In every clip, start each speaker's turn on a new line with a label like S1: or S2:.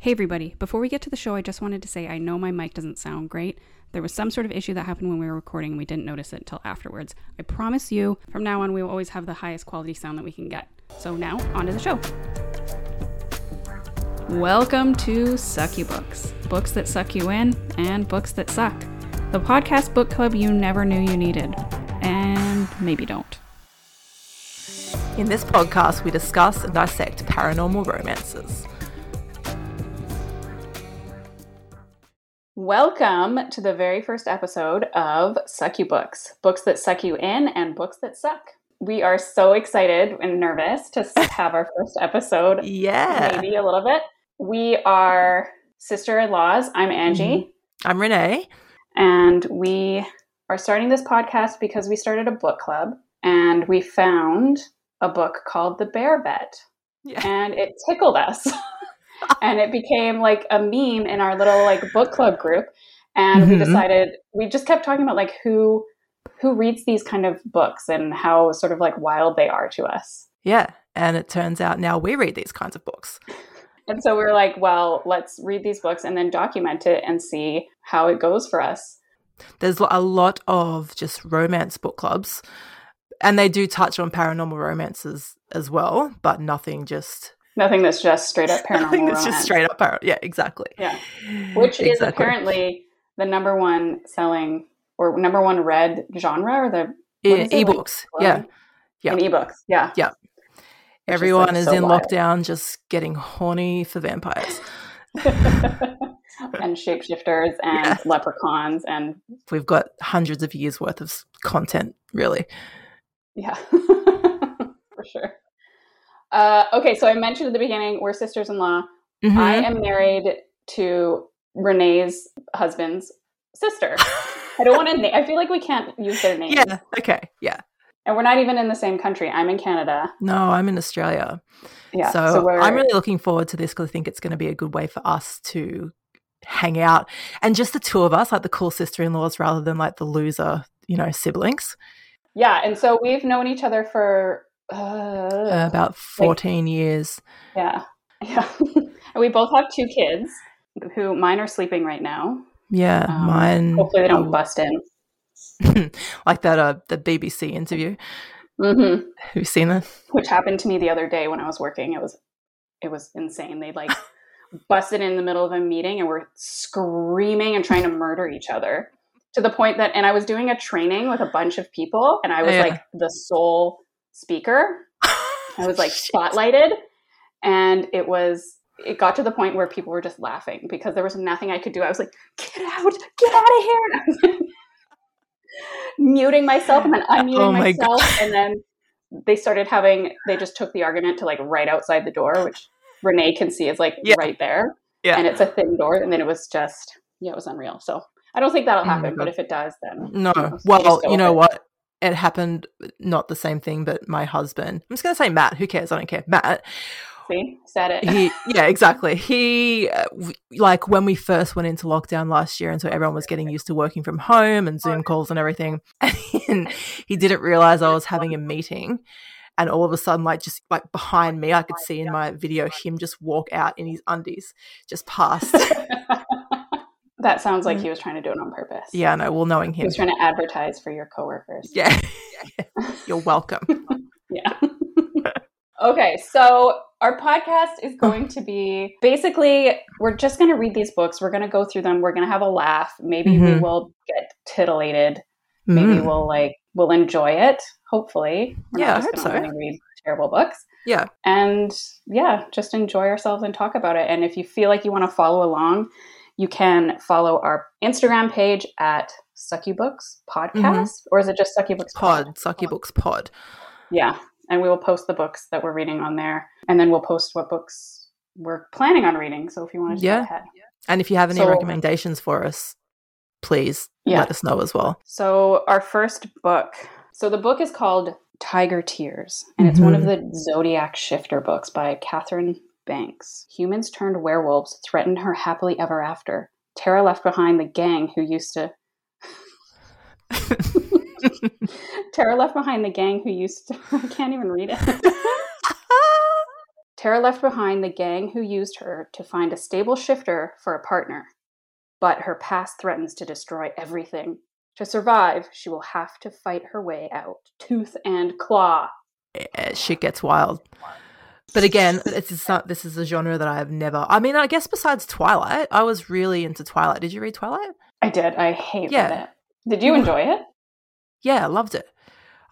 S1: Hey everybody, before we get to the show, I just wanted to say I know my mic doesn't sound great. There was some sort of issue that happened when we were recording and we didn't notice it until afterwards. I promise you, from now on, we will always have the highest quality sound that we can get. So now, on to the show. Welcome to Sucky Books books that suck you in and books that suck. The podcast book club you never knew you needed. And maybe don't.
S2: In this podcast, we discuss and dissect paranormal romances.
S1: Welcome to the very first episode of Suck You Books books that suck you in and books that suck. We are so excited and nervous to s- have our first episode,
S2: Yeah.
S1: maybe a little bit. We are sister in laws. I'm Angie,
S2: I'm Renee.
S1: and we are starting this podcast because we started a book club and we found a book called The Bear Bet,
S2: Yeah.
S1: and it tickled us. and it became like a meme in our little like book club group and we
S2: Mhm.
S1: decided we just kept talking about like who who reads these kind of books and how sort of like wild they are to us
S2: Yeah. And it turns out now we read these kinds of books.
S1: and so we were like well let's read these books and then document it and see how it goes for us
S2: There's lo- a lot of just romance book clubs, and they do touch on paranormal romances as well, but nothing just
S1: nothing that's just straight up paranormal
S2: nothing that's
S1: romance,
S2: just straight up paranormal. Yeah, exactly.
S1: Yeah. which is
S2: Exactly.
S1: apparently the number one selling or number one read genre or the what
S2: E-
S1: is it, like,
S2: ebooks. yeah. Yeah.
S1: in ebooks yeah like,
S2: Everyone is
S1: so
S2: in
S1: wild.
S2: lockdown just getting horny for vampires.
S1: and shapeshifters and
S2: Yeah.
S1: leprechauns and
S2: We've got hundreds of years worth of s- content, really.
S1: yeah for sure uh, okay so i mentioned at the beginning we're sisters-in-law i
S2: Mhm.
S1: am married to renee's husband's sister i don't want to na- i feel like we can't use their names
S2: yeah. Okay. Yeah.
S1: and we're not even in the same country i'm in canada
S2: No, I'm in Australia.
S1: yeah
S2: so
S1: so, we're
S2: I'm really looking forward to this because I think it's going to be a good way for us to hang out and just the two of us, like the cool sister in laws rather than like the loser, you know, siblings.
S1: yeah and so we've known each other for uh,
S2: Uh, about 14 years.
S1: Yeah. Yeah. and we both have two kids who mine are sleeping right now.
S2: Yeah.
S1: um,
S2: mine.
S1: Hopefully they don't
S2: Mm-hmm. oh,
S1: bust in.
S2: like that, uh, the BBC interview.
S1: hmm
S2: Have you seen that?
S1: Which happened to me the other day when I was working. It was it was insane. They like busted in the middle of a meeting and were screaming and trying to murder each other to the point that and I was doing a training with a bunch of people and I was
S2: Yeah.
S1: like the sole speaker. I was like spotlighted and it was it got to the point where people were just laughing because there was nothing I could do. I was like, get out, get out of here. And I was like, muting myself and then unmuting
S2: Oh my
S1: myself. And then they started having they just took the argument to like right outside the door, which Renee can see is like
S2: Yeah.
S1: right there.
S2: Yeah.
S1: And it's a thin door. And then it was just yeah, it was unreal. So I don't think that'll
S2: Oh my
S1: happen, but
S2: God. Mm-hmm.
S1: if it does then
S2: No.
S1: you know, just
S2: Well,
S1: go
S2: you
S1: with
S2: know
S1: it.
S2: what? It happened, not the same thing, but my husband, I'm just going to say Matt, who cares? I don't care. Matt,
S1: See? Said it.
S2: he, yeah, exactly. He, uh, w- like when we first went into lockdown last year, and so everyone was getting used to working from home and Zoom calls and everything, and he didn't realize I was having a meeting. And all of a sudden, like just like behind me, I could see in my video him just walk out in his undies, just past.
S1: that sounds like he was trying to do it on purpose.
S2: Mm-hmm. yeah, no, well, knowing
S1: He
S2: him.
S1: was trying to advertise for your coworkers.
S2: Yeah. You're welcome.
S1: Yeah. okay, so our podcast is going to be basically we're just going to read these books. We're going to go through them. We're going to have a laugh. Maybe we
S2: Mhm.
S1: will get titillated. Maybe
S2: Mm.
S1: we'll like we'll enjoy it. Hopefully, we're
S2: Yeah, I
S1: not just
S2: hope
S1: going to
S2: so.
S1: only read terrible books.
S2: Yeah.
S1: and yeah, just enjoy ourselves and talk about it. And if you feel like you want to follow along, you can follow our Instagram page at Sucky Books Podcast, or is it just Sucky Books Pod?
S2: Mm-hmm. Pod, Sucky Books Pod.
S1: Yeah. And we will post the books that we're reading on there. And then we'll post what books we're planning on reading. So if you want to just
S2: Yeah.
S1: go ahead.
S2: And if you have any
S1: So-
S2: recommendations for us, please
S1: Yeah.
S2: let us know as well.
S1: So our first book. So the book is called Tiger Tears, and it's one of the Zodiac Shifter books by Catherine Banks. Humans turned werewolves threatened her happily ever after. Tara left behind the gang who used to Tara left behind the gang who used to I can't even read it. Tara left behind the gang who used her to find a stable shifter for a partner. But her past threatens to destroy everything. To survive, she will have to fight her way out, tooth and claw.
S2: Yeah, eh, shit gets wild. But again, it's just not, this is a genre that I have never. I mean, I guess besides Twilight, I was really into Twilight. Did you read Twilight?
S1: I did. I hate
S2: Yeah. Mm.
S1: that. Did you enjoy it?
S2: Yeah, I loved it.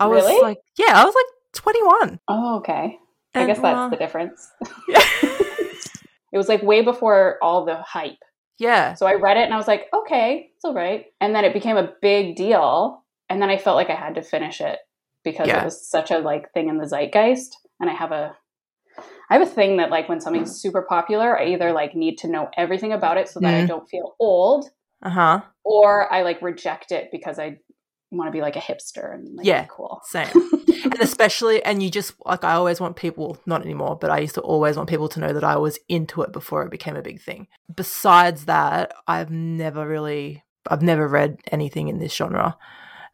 S2: I
S1: Really?
S2: was like, yeah, I was like 21.
S1: Oh, okay. I
S2: And,
S1: guess
S2: uh,
S1: that's the difference.
S2: Yeah.
S1: It was like way before all the hype.
S2: yeah.
S1: So I read it and I was like, okay, it's all right. And then it became a big deal. And then I felt like I had to finish it because
S2: Yeah.
S1: it was such a like thing in the zeitgeist. And I have a I have a thing that like when something's super popular, I either like need to know everything about it so that I
S2: Mm.
S1: don't feel old,
S2: Uh huh.
S1: or I like reject it because I want to be like a hipster and like
S2: Yeah.
S1: be cool.
S2: Same. and especially, and you just like, I always want people, not anymore, but I used to always want people to know that I was into it before it became a big thing. Besides that, I've never really, I've never read anything in this genre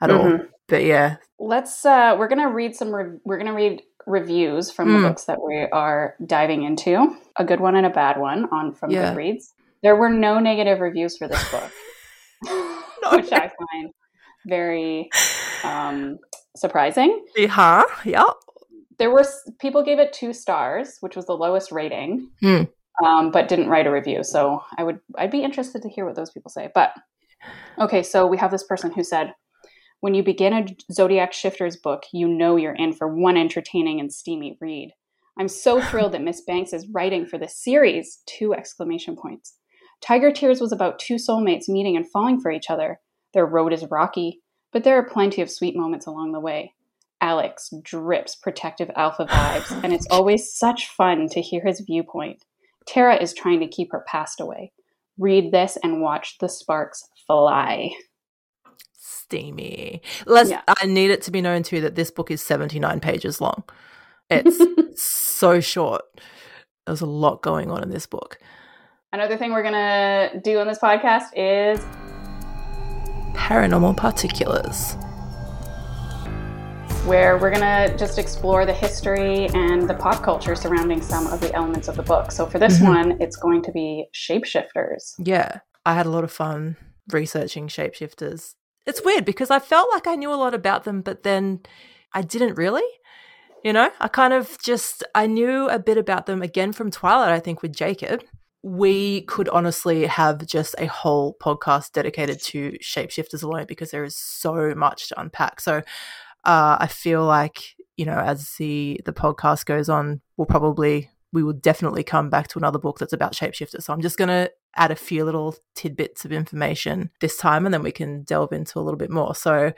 S2: at all.
S1: Mhm.
S2: But yeah,
S1: Let's uh we're going to read some re- we're going to read reviews from the
S2: Mm.
S1: books that we are diving into. A good one and a bad one on from
S2: Yeah.
S1: Goodreads. There were no negative reviews for this book. which I find very um surprising.
S2: huh? Yeah.
S1: There were s- people gave it 2 stars, which was the lowest rating.
S2: Hmm.
S1: Um, but didn't write a review, so I would I'd be interested to hear what those people say. But okay, so we have this person who said, "When you begin a Zodiac Shifters book, you know you're in for one entertaining and steamy read. I'm so thrilled that Miss Banks is writing for this series!" Two exclamation points. Tiger Tears was about two soulmates meeting and falling for each other. Their road is rocky, but there are plenty of sweet moments along the way. Alex drips protective alpha vibes, and it's always such fun to hear his viewpoint. Tara is trying to keep her past away. Read this and watch the sparks fly.
S2: steamy. Let's.
S1: Yeah.
S2: I need it to be known too that this book is seventy nine pages long. It's so short. There's a lot going on in this book.
S1: Another thing we're gonna do on this podcast is
S2: Paranormal particulars.
S1: where we're gonna just explore the history and the pop culture surrounding some of the elements of the book. So for this
S2: Mhm.
S1: one, it's going to be shapeshifters.
S2: Yeah, I had a lot of fun researching shapeshifters. It's weird because I felt like I knew a lot about them, but then I didn't really. You know, I kind of just I knew a bit about them again from Twilight. I think with Jacob, we could honestly have just a whole podcast dedicated to shapeshifters alone because there is so much to unpack. So uh, I feel like you know, as the the podcast goes on, we'll probably we will definitely come back to another book that's about shapeshifters. So I'm just gonna add a few little tidbits of information this time and then we can delve into a little bit more so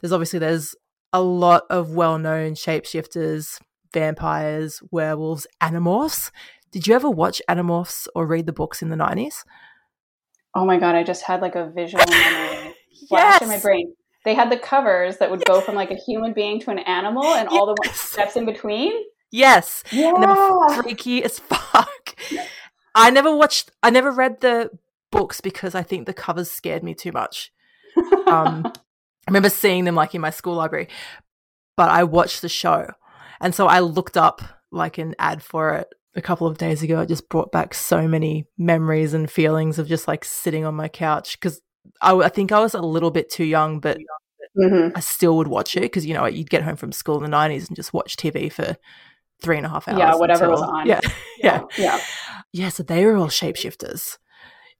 S2: there's obviously there's a lot of well-known shapeshifters vampires werewolves animorphs did you ever watch animorphs or read the books in the 90s
S1: Oh my god, I just had like a visual memory flash in my brain. They had the covers that would go from like a human being to an animal and all the
S2: Yes.
S1: steps in between.
S2: yes
S1: Yeah.
S2: and they were freaky as fuck. I never watched, I never read the books because I think the covers scared me too much. Um, I remember seeing them like in my school library, but I watched the show. And so I looked up like an ad for it a couple of days ago. It just brought back so many memories and feelings of just like sitting on my couch because I, I think I was a little bit too young, but
S1: Mhm.
S2: I still would watch it because you know you'd get home from school in the nineties and just watch TV for three and a half hours.
S1: Yeah, whatever was on.
S2: Yeah, yeah,
S1: Yeah.
S2: yeah. So they were all shapeshifters.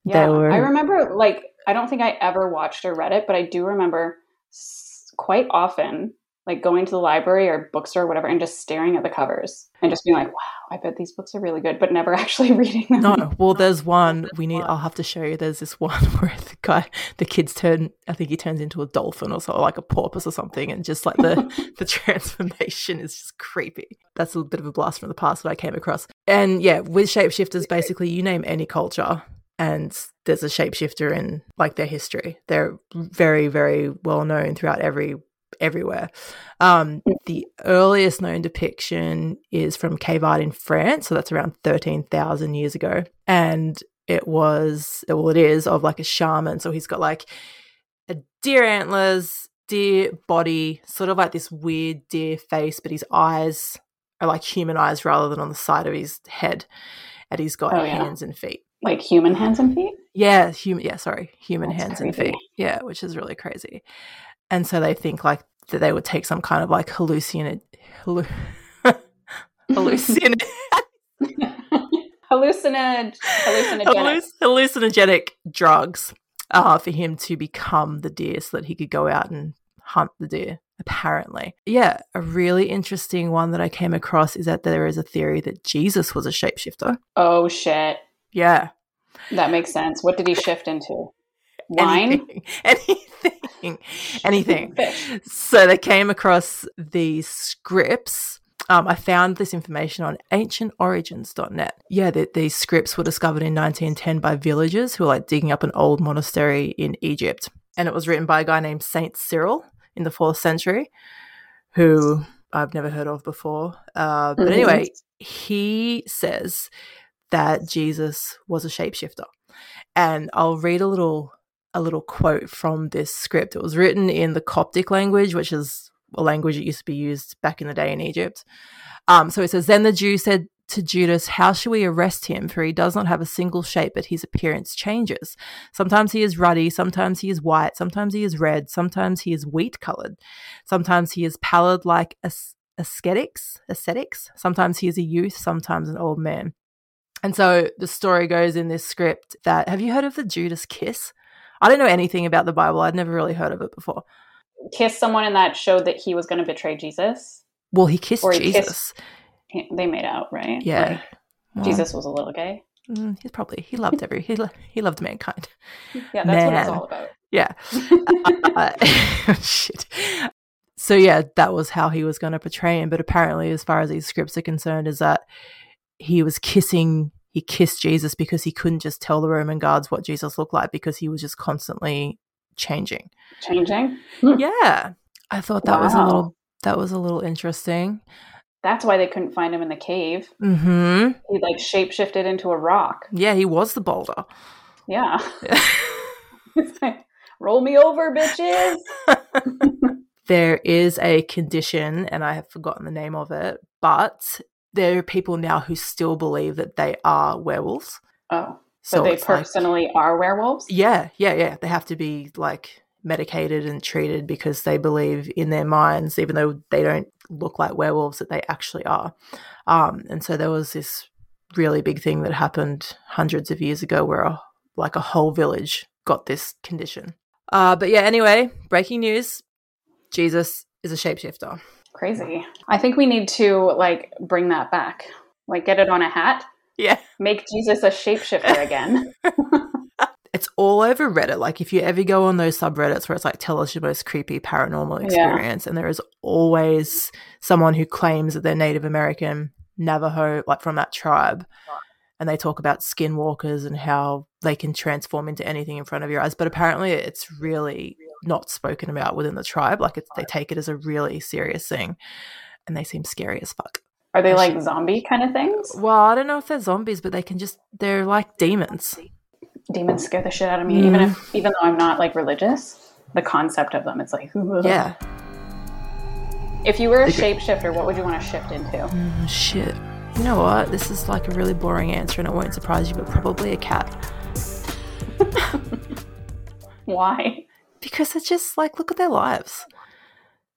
S1: Yeah,
S2: They were-
S1: I remember like I don't think I ever watched or read it, but I do remember s- quite often like going to the library or bookstore or whatever and just staring at the covers and just being like, "Wow, I bet these books are really good," but never actually reading them.
S2: No, well, there's one we need. I'll have to show you. There's this one where the guy, the kids turn. I think he turns into a dolphin or so, or like a porpoise or something, and just like the the transformation is just creepy. That's a bit of a blast from the past that I came across. And yeah, with shapeshifters, basically, you name any culture, and there's a shapeshifter in like their history. They're very, very well known throughout every everywhere. Um,
S1: Mm.
S2: the earliest known depiction is from cave art in France, so that's around thirteen thousand years ago, and it was well, it is of like a shaman. So he's got like a deer antlers, deer body, sort of like this weird deer face, but his eyes are like human eyes rather than on the side of his head. And he's got
S1: Oh, yeah.
S2: hands and feet.
S1: Like human hands and feet?
S2: Yeah, human. Yeah, sorry, human
S1: That's
S2: hands and
S1: crazy.
S2: feet. Yeah, which is really crazy. And so they think like that they would take some kind of like hallucinate, hallu- hallucinate,
S1: Hallucinag- hallucinogenic.
S2: halluc- hallucinogenic drugs uh, for him to become the deer, so that he could go out and hunt the deer. Apparently, yeah. A really interesting one that I came across is that there is a theory that Jesus was a shapeshifter.
S1: oh shit.
S2: Yeah,
S1: That makes sense. What did he shift into? Wine?
S2: anything, anything, anything.
S1: Fish.
S2: so they came across these scripts. Um, I found this information on ancientorigins.net. Yeah, that these scripts were discovered in 1910 by villagers who were like digging up an old monastery in Egypt. And it was written by a guy named Saint Cyril in the fourth century, who I've never heard of before. Uh, but
S1: Mhm.
S2: anyway, he says that Jesus was a shapeshifter. And I'll read a little a little quote from this script. It was written in the Coptic language, which is a language that used to be used back in the day in Egypt. Um, so it says, Then the Jew said to Judas, How shall we arrest him? For he does not have a single shape, but his appearance changes. Sometimes he is ruddy, sometimes he is white, sometimes he is red, sometimes he is wheat colored, sometimes he is pallid like as- ascetics, ascetics, sometimes he is a youth, sometimes an old man. And so the story goes in this script that have you heard of the Judas kiss? I don't know anything about the Bible. I'd never really heard of it before.
S1: Kissed someone and that showed that he was going to betray Jesus.
S2: Well, he kissed
S1: Or he kissed-
S2: Jesus.
S1: He- They made out, right?
S2: Yeah.
S1: Like,
S2: Well,
S1: Jesus was a little gay.
S2: mm, he's probably he loved every he lo- he loved mankind.
S1: Yeah, that's what
S2: Man.
S1: it's all about.
S2: Yeah. Uh, shit. So yeah, that was how he was going to portray him. But apparently, as far as these scripts are concerned, is that he was kissing. He kissed Jesus because he couldn't just tell the Roman guards what Jesus looked like because he was just constantly changing.
S1: Changing.
S2: Yeah, I thought that was a
S1: Wow.
S2: little that was a little interesting.
S1: That's why they couldn't find him in the cave.
S2: Hmm.
S1: He like shapeshifted into a rock.
S2: Yeah, he was the boulder.
S1: Yeah. It's like, Roll me over, bitches.
S2: there is a condition, and I have forgotten the name of it, but there are people now who still believe that they are werewolves.
S1: Oh, so,
S2: So
S1: they
S2: it's like-
S1: personally are werewolves?
S2: yeah, yeah, yeah. They have to be like medicated and treated because they believe in their minds, even though they don't look like werewolves, that they actually are. Um, and so there was this really big thing that happened hundreds of years ago where a, like a whole village got this condition. Uh, but yeah, anyway, breaking news Jesus is a shapeshifter.
S1: Crazy. I think we need to like bring that back. Like get it on a hat.
S2: Yeah.
S1: Make Jesus a shapeshifter again.
S2: It's all over Reddit. Like if you ever go on those subreddits where it's like tell us your most creepy paranormal
S1: Yeah.
S2: experience, and there is always someone who claims that they're Native American, Navajo, like from that tribe. And they talk about skinwalkers and how they can transform into anything in front of your eyes. But apparently it's really not spoken about within the tribe. Like it's, they take it as a really serious thing. And they seem scary as fuck.
S1: Are they like zombie kind of things?
S2: Well, I don't know if they're zombies, but they can just, they're like demons.
S1: Demons scare the shit out of me,
S2: Mm.
S1: even if even though I'm not like religious. The concept of them, it's like
S2: Yeah.
S1: If you were a shapeshifter, what would you want to shift into?
S2: Oh, Shit. You know what? This is like a really boring answer and it won't surprise you, but probably a cat.
S1: Why?
S2: Because they're just like, look at their lives.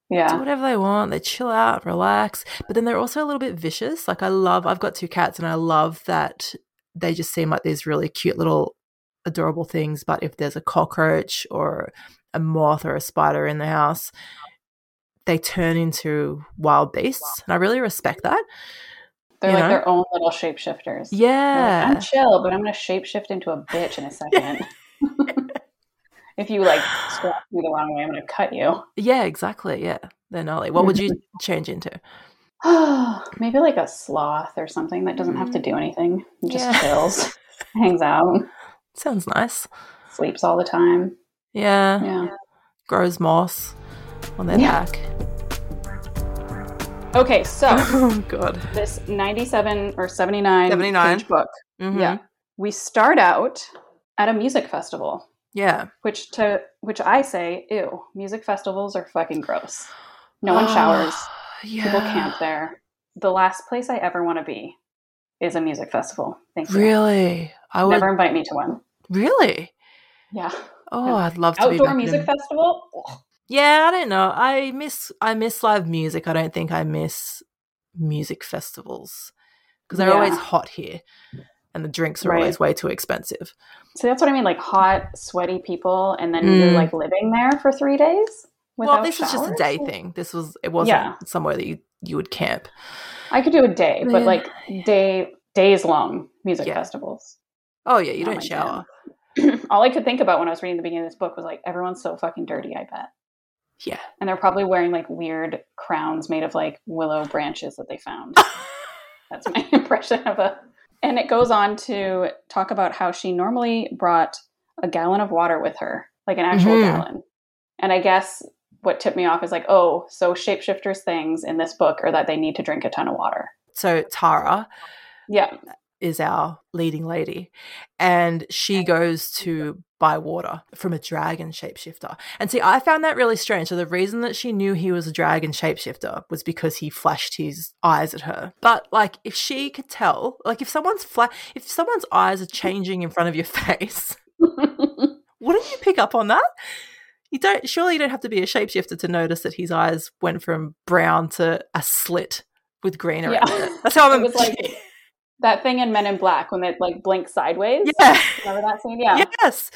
S2: Do
S1: Yeah.
S2: whatever they want. They chill out, relax. But then they're also a little bit vicious. Like, I love, I've got two cats and I love that they just seem like these really cute little adorable things. But if there's a cockroach or a moth or a spider in the house, they turn into wild beasts. And I really respect that.
S1: They're
S2: you
S1: like
S2: know?
S1: their own little shapeshifters. They're like,
S2: Yeah.
S1: I'm chill, but I'm gonna shapeshift into a bitch in a second. if you like scratch me the wrong way, I'm gonna cut you.
S2: Yeah, exactly. Yeah. They're gnarly. What would you change into?
S1: Maybe like a sloth or something that doesn't have to do anything. It Just
S2: Mm-hmm. Yeah.
S1: chills, hangs out,
S2: Sounds nice.
S1: sleeps all the time.
S2: Yeah.
S1: Yeah.
S2: Grows moss on their
S1: Yeah.
S2: back.
S1: Okay, so
S2: Oh god.
S1: this 97 or 79
S2: 79.
S1: page book.
S2: Mhm.
S1: Yeah. We start out at a music festival,
S2: Yeah.
S1: which to which I say, ew, music festivals are fucking gross. No one showers.
S2: Ah, yeah.
S1: People camp there. the last place I ever want to be is a music festival. Thank you.
S2: Really? I would
S1: Never invite me to one.
S2: really.
S1: Yeah.
S2: Oh,
S1: No.
S2: I'd love to be
S1: Outdoor
S2: back
S1: music
S2: in.
S1: festival? Ugh.
S2: Yeah, I don't know. I miss I miss live music. I don't think I miss music festivals because they're
S1: Yeah.
S2: always hot here, and the drinks are
S1: Right.
S2: always way too expensive.
S1: So that's what I mean, like hot, sweaty people, and then you're
S2: Mm.
S1: like living there for three days.
S2: well,
S1: without
S2: this is just a
S1: showers?
S2: day thing. This was it wasn't
S1: Yeah.
S2: somewhere that you you would camp.
S1: I could do a day, but
S2: Yeah.
S1: like day days long music
S2: Yeah.
S1: festivals.
S2: Oh yeah, you
S1: Not
S2: don't
S1: my
S2: shower.
S1: jam. All I could think about when I was reading the beginning of this book was like everyone's so fucking dirty. I bet,
S2: Yeah.
S1: and they're probably wearing like weird crowns made of like willow branches that they found. That's my impression of a. And it goes on to talk about how she normally brought a gallon of water with her, like an actual
S2: Mhm.
S1: gallon. And I guess what tipped me off is like, oh, so shapeshifters' things in this book are that they need to drink a ton of water.
S2: So Tara
S1: Yeah,
S2: is our leading lady, and she goes to buy water from a dragon shapeshifter. And see, I found that really strange. So the reason that she knew he was a dragon shapeshifter was because he flashed his eyes at her. But like, if she could tell, like, if someone's fla- if someone's eyes are changing in front of your face, wouldn't you pick up on that? You don't. Surely you don't have to be a shapeshifter to notice that his eyes went from brown to a slit with green around
S1: Yeah.
S2: it. That's how I'm.
S1: It was like- that thing in Men in Black when they like blink sideways.
S2: yeah.
S1: Remember that scene? Yeah.
S2: Yes.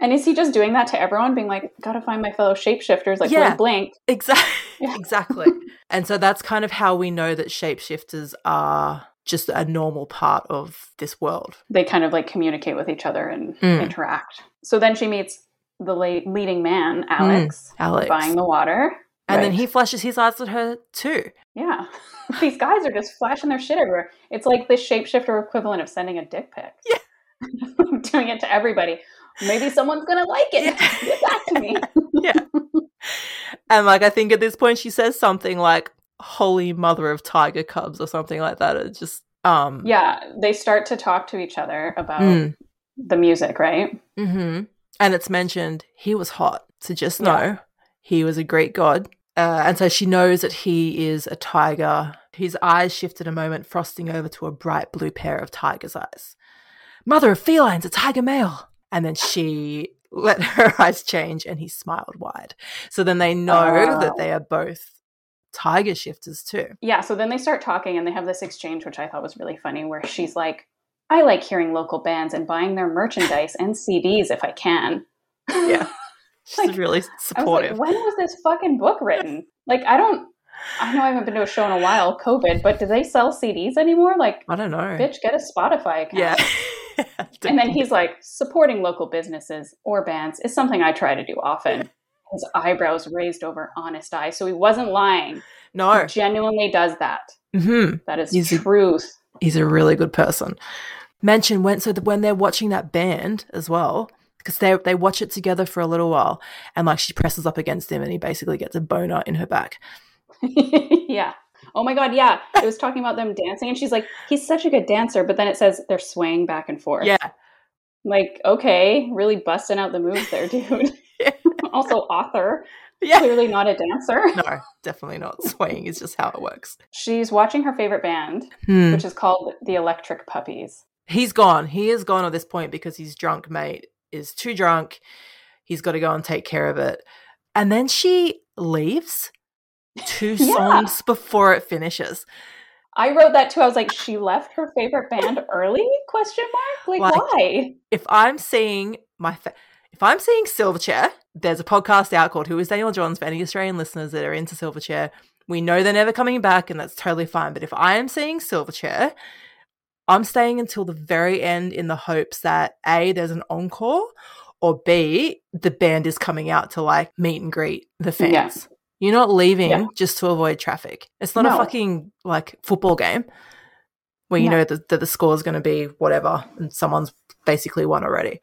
S1: And is he just doing that to everyone, being like, "Gotta find my fellow shapeshifters"? Like,
S2: Yeah.
S1: blink, blink.
S2: Exactly.
S1: Yeah.
S2: Exactly. and so that's kind of how we know that shapeshifters are just a normal part of this world.
S1: They kind of like communicate with each other and
S2: Mm.
S1: interact. So then she meets the la- leading man, Alex,
S2: Mm. Alex.
S1: buying the water,
S2: and then
S1: Right.
S2: he flashes his eyes at her too.
S1: Yeah, these guys are just flashing their shit everywhere. It's like the shapeshifter equivalent of sending a dick pic.
S2: Yeah.
S1: doing it to everybody. Maybe someone's gonna like it.
S2: Yeah.
S1: Get back to me.
S2: And like I think at this point she says something like holy mother of tiger cubs or something like that. It's just um
S1: Yeah, they start to talk to each other about
S2: mm.
S1: the music, right?
S2: Mhm. And it's mentioned he was hot. So just
S1: Yeah.
S2: know he was a Greek god. Uh, and so she knows that he is a tiger. His eyes shifted a moment, frosting over to a bright blue pair of tiger's eyes. Mother of felines, a tiger male. And then she let her eyes change and he smiled wide. So then they know
S1: Oh.
S2: that they are both tiger shifters too.
S1: Yeah, so then they start talking and they have this exchange, which I thought was really funny, where she's like, I like hearing local bands and buying their merchandise and CDs if I can.
S2: Yeah. She's
S1: Like,
S2: really
S1: I was like,
S2: supportive.
S1: when was this fucking book written? Like, I don't, I know I haven't been to a show in a while, COVID, but do they sell CDs anymore? Like,
S2: I don't know.
S1: bitch, get a Spotify account.
S2: yeah.
S1: And then he's like, supporting local businesses or bands is something I try to do often. His eyebrows raised over honest eyes. So he wasn't lying. He
S2: no.
S1: genuinely does that.
S2: hmm
S1: That is
S2: He's a-
S1: truth.
S2: he's a really good person. Mention when so that when they're watching that band as well, because they they watch it together for a little while, and like she presses up against him, and he basically gets a boner in her back.
S1: yeah. Oh my god, yeah. It was talking about them dancing and she's like, he's such a good dancer, but then it says they're swaying back and forth.
S2: Yeah,
S1: Like, okay, really busting out the moves there, dude.
S2: Yeah.
S1: also author,
S2: yeah.
S1: clearly not a dancer.
S2: No, definitely not. Swaying is just how it works.
S1: She's watching her favorite band,
S2: Hmm.
S1: which is called The Electric Puppies.
S2: He's gone. He is gone at this point because his drunk mate is too drunk. He's got to go and take care of it, and then she leaves two
S1: Yeah.
S2: songs before it finishes.
S1: I wrote that too. I was like, she left her favorite band early? Question mark? Like,
S2: Like-
S1: why?
S2: if I'm seeing my fa- if I'm seeing Silverchair, there's a podcast out called Who is Daniel Johns for any Australian listeners that are into Silverchair. We know they're never coming back and that's totally fine. But if I am seeing Silverchair, I'm staying until the very end in the hopes that A, there's an encore, or B, the band is coming out to like meet and greet the fans.
S1: Yeah.
S2: You're not leaving
S1: Yeah.
S2: just to avoid traffic. It's not a
S1: No.
S2: fucking like football game where you
S1: No.
S2: know that, that the score is going to be whatever and someone's basically won already.